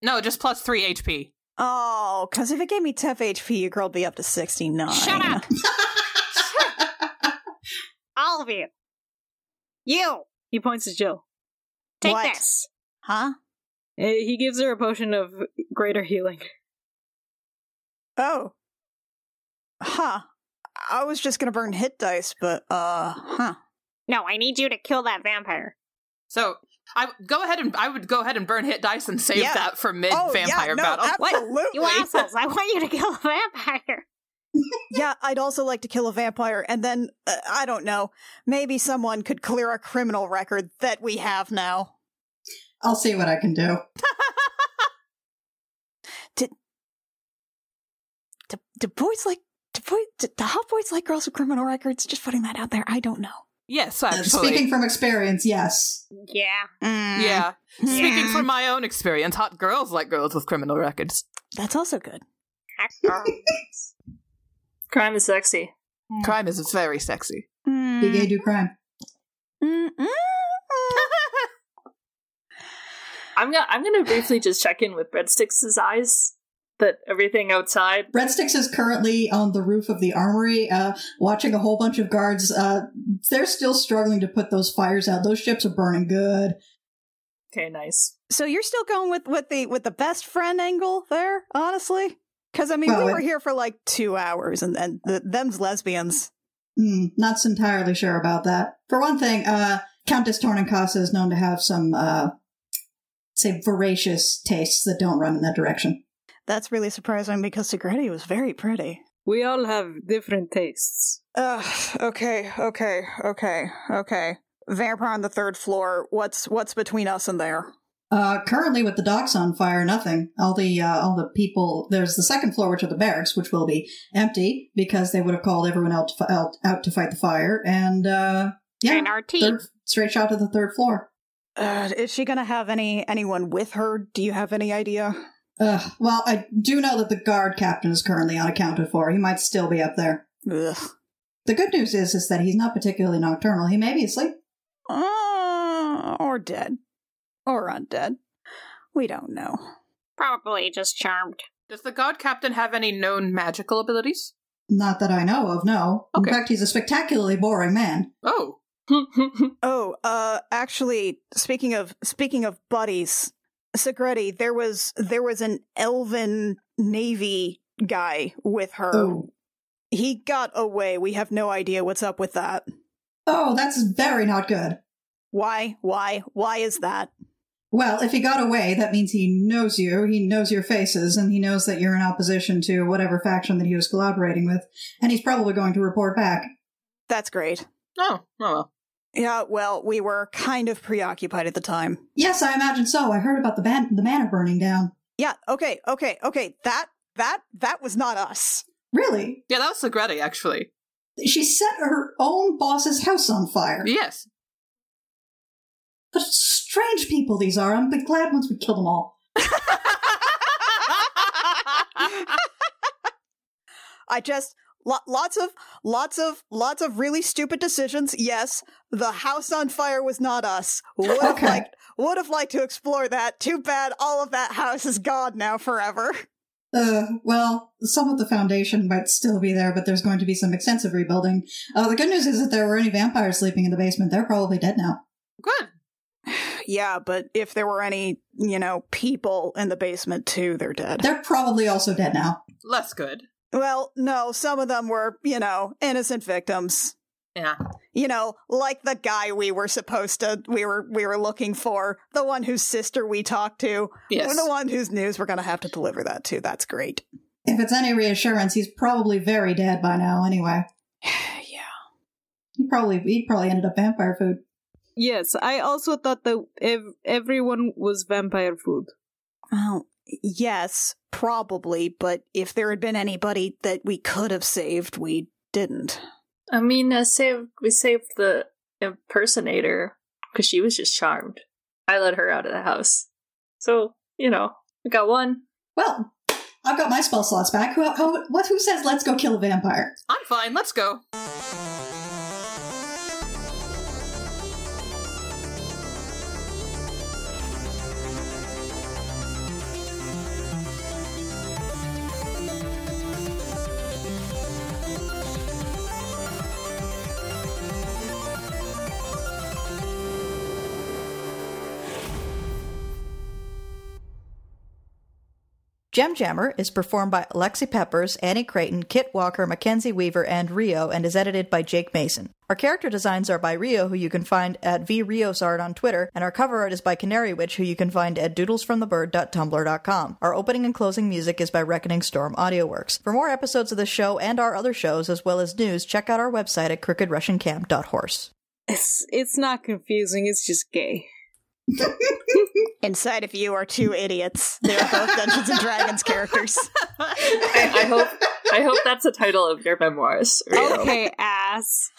[SPEAKER 4] No, just plus three HP.
[SPEAKER 3] Oh, because if it gave me temp HP, your girl'd be up to sixty nine.
[SPEAKER 6] Shut up, all of you. You
[SPEAKER 5] He points at Jill.
[SPEAKER 6] take
[SPEAKER 3] What?
[SPEAKER 6] this.
[SPEAKER 3] Huh?
[SPEAKER 5] Uh, He gives her a potion of greater healing.
[SPEAKER 3] Oh. Huh. I was just gonna burn hit dice, but uh huh.
[SPEAKER 6] No, I need you to kill that vampire.
[SPEAKER 4] So I go ahead and I would go ahead and burn hit dice and save
[SPEAKER 3] Yeah.
[SPEAKER 4] that for mid
[SPEAKER 3] oh,
[SPEAKER 4] vampire
[SPEAKER 3] yeah, no,
[SPEAKER 4] battle.
[SPEAKER 3] Absolutely.
[SPEAKER 6] You assholes! I want you to kill the vampire.
[SPEAKER 3] yeah, I'd also like to kill a vampire, and then uh, I don't know. Maybe someone could clear a criminal record that we have now.
[SPEAKER 1] [LAUGHS] I'll see what I can do.
[SPEAKER 3] Do, do boys like do, boy, do, do hot boys like girls with criminal records? Just putting that out there. I don't know.
[SPEAKER 4] Yes,
[SPEAKER 1] Uh,
[SPEAKER 4] actually.
[SPEAKER 1] speaking from experience, yes.
[SPEAKER 6] Yeah.
[SPEAKER 4] yeah. Speaking
[SPEAKER 3] Yeah.
[SPEAKER 4] from my own experience, hot girls like girls with criminal records.
[SPEAKER 3] That's also good.
[SPEAKER 6] heck, girl.
[SPEAKER 2] Crime is sexy.
[SPEAKER 4] Crime is very sexy. Hmm.
[SPEAKER 1] Be gay, do crime.
[SPEAKER 6] [LAUGHS]
[SPEAKER 3] Mm-mm.
[SPEAKER 2] I'm gonna I'm gonna briefly just check in with Breadsticks' eyes that everything outside
[SPEAKER 1] Breadsticks is currently on the roof of the armory, uh, watching a whole bunch of guards. Uh, they're still struggling to put those fires out. Those ships are burning good.
[SPEAKER 2] Okay, nice. [LAUGHS]
[SPEAKER 3] So you're still going with with the with the best friend angle there, honestly? Because I mean,
[SPEAKER 1] Well,
[SPEAKER 3] we
[SPEAKER 1] it-
[SPEAKER 3] were here for like two hours, and and the, them's lesbians.
[SPEAKER 1] Hmm, not entirely sure about that. For one thing, uh, Countess Tornincasa is known to have some, uh, say, voracious tastes that don't run in that direction.
[SPEAKER 3] That's really surprising because Segretti was very pretty.
[SPEAKER 5] We all have different tastes.
[SPEAKER 3] Ugh, okay, okay, okay, okay. Vampire on the third floor. What's what's between us and there?
[SPEAKER 1] Uh, currently, with the docks on fire, nothing. All the uh, all the people. There's the second floor, which are the barracks, which will be empty because they would have called everyone out to, fi- out, out to fight the fire. And uh, yeah,
[SPEAKER 6] and our team.
[SPEAKER 1] third, straight shot to the third floor.
[SPEAKER 3] Uh, is she gonna have any anyone with her? Do you have any idea?
[SPEAKER 1] Ugh. Well, I do know that the guard captain is currently unaccounted for. He might still be up there.
[SPEAKER 3] Ugh.
[SPEAKER 1] The good news is is that he's not particularly nocturnal. He may be asleep.
[SPEAKER 3] Uh, or dead, or undead. We don't know.
[SPEAKER 6] Probably just charmed.
[SPEAKER 4] Does the god captain have any known magical abilities?
[SPEAKER 1] Not that I know of. No.
[SPEAKER 4] Okay.
[SPEAKER 1] In fact, he's a spectacularly boring man.
[SPEAKER 4] Oh,
[SPEAKER 3] Oh, uh, actually, speaking of speaking of buddies, Segretti, there was there was an elven navy guy with her.
[SPEAKER 1] Oh.
[SPEAKER 3] He got away. We have no idea what's up with that.
[SPEAKER 1] Oh, that's very not good.
[SPEAKER 3] Why? Why? Why is that?
[SPEAKER 1] Well, if he got away, that means he knows you, he knows your faces, and he knows that you're in opposition to whatever faction that he was collaborating with, and he's probably going to report back.
[SPEAKER 3] That's great.
[SPEAKER 4] oh, oh well.
[SPEAKER 3] Yeah, well, we were kind of preoccupied at the time.
[SPEAKER 1] Yes, I imagine so. I heard about the ban- the manor burning down.
[SPEAKER 3] Yeah, okay, okay, okay. That that that was not us.
[SPEAKER 1] Really?
[SPEAKER 4] Yeah, that was Segretti, actually.
[SPEAKER 1] She set her own boss's house on fire.
[SPEAKER 4] Yes.
[SPEAKER 1] What strange people these are. I'm glad once we kill them all.
[SPEAKER 3] [LAUGHS] I just lo- lots of lots of lots of really stupid decisions. Yes, the house on fire was not us. Would have
[SPEAKER 1] Okay.
[SPEAKER 3] liked would have liked to explore that. Too bad all of that house is gone now forever.
[SPEAKER 1] Uh, well, some of the foundation might still be there, but there's going to be some extensive rebuilding. Uh, the good news is that there were any vampires sleeping in the basement. They're probably dead now.
[SPEAKER 4] Good.
[SPEAKER 3] Yeah, but if there were any, you know, people in the basement too, they're dead.
[SPEAKER 1] They're probably also dead now.
[SPEAKER 4] Less good.
[SPEAKER 3] Well, no, some of them were, you know, innocent victims.
[SPEAKER 4] Yeah.
[SPEAKER 3] You know, like the guy we were supposed to we were we were looking for, the one whose sister we talked to,
[SPEAKER 4] Yes.
[SPEAKER 3] the one whose news we're going to have to deliver that to. That's great. [SIGHS]
[SPEAKER 1] If it's any reassurance, he's probably very dead by now anyway.
[SPEAKER 3] yeah.
[SPEAKER 1] He probably he probably ended up vampire food.
[SPEAKER 5] Yes, I also thought that ev- everyone was vampire food.
[SPEAKER 3] Well, yes, probably, but if there had been anybody that we could have saved, we didn't.
[SPEAKER 2] I mean, uh, saved, we saved the impersonator because she was just charmed. I let her out of the house. So, you know, we got one.
[SPEAKER 1] Well, I've got my spell slots back. Who, who, what, who says let's go kill a vampire?
[SPEAKER 4] I'm fine. Let's go.
[SPEAKER 8] Gem Jammer is performed by Alexi Peppers, Annie Creighton, Kit Walker, Mackenzie Weaver, and Rio, and is edited by Jake Mason. Our character designs are by Rio, who you can find at vriosart on Twitter, and our cover art is by Canary Witch, who you can find at doodlesfromthebird.tumblr.com. Our opening and closing music is by Reckoning Storm AudioWorks. For more episodes of this show and our other shows, as well as news, check out our website at crookedrussiancamp.horse.
[SPEAKER 5] It's it's not confusing. It's just gay.
[SPEAKER 3] Inside of you
[SPEAKER 4] [LAUGHS]
[SPEAKER 3] are two idiots. They're both Dungeons and Dragons characters.
[SPEAKER 2] I, I hope I hope that's the title of your memoirs. Rio.
[SPEAKER 5] Okay, ass.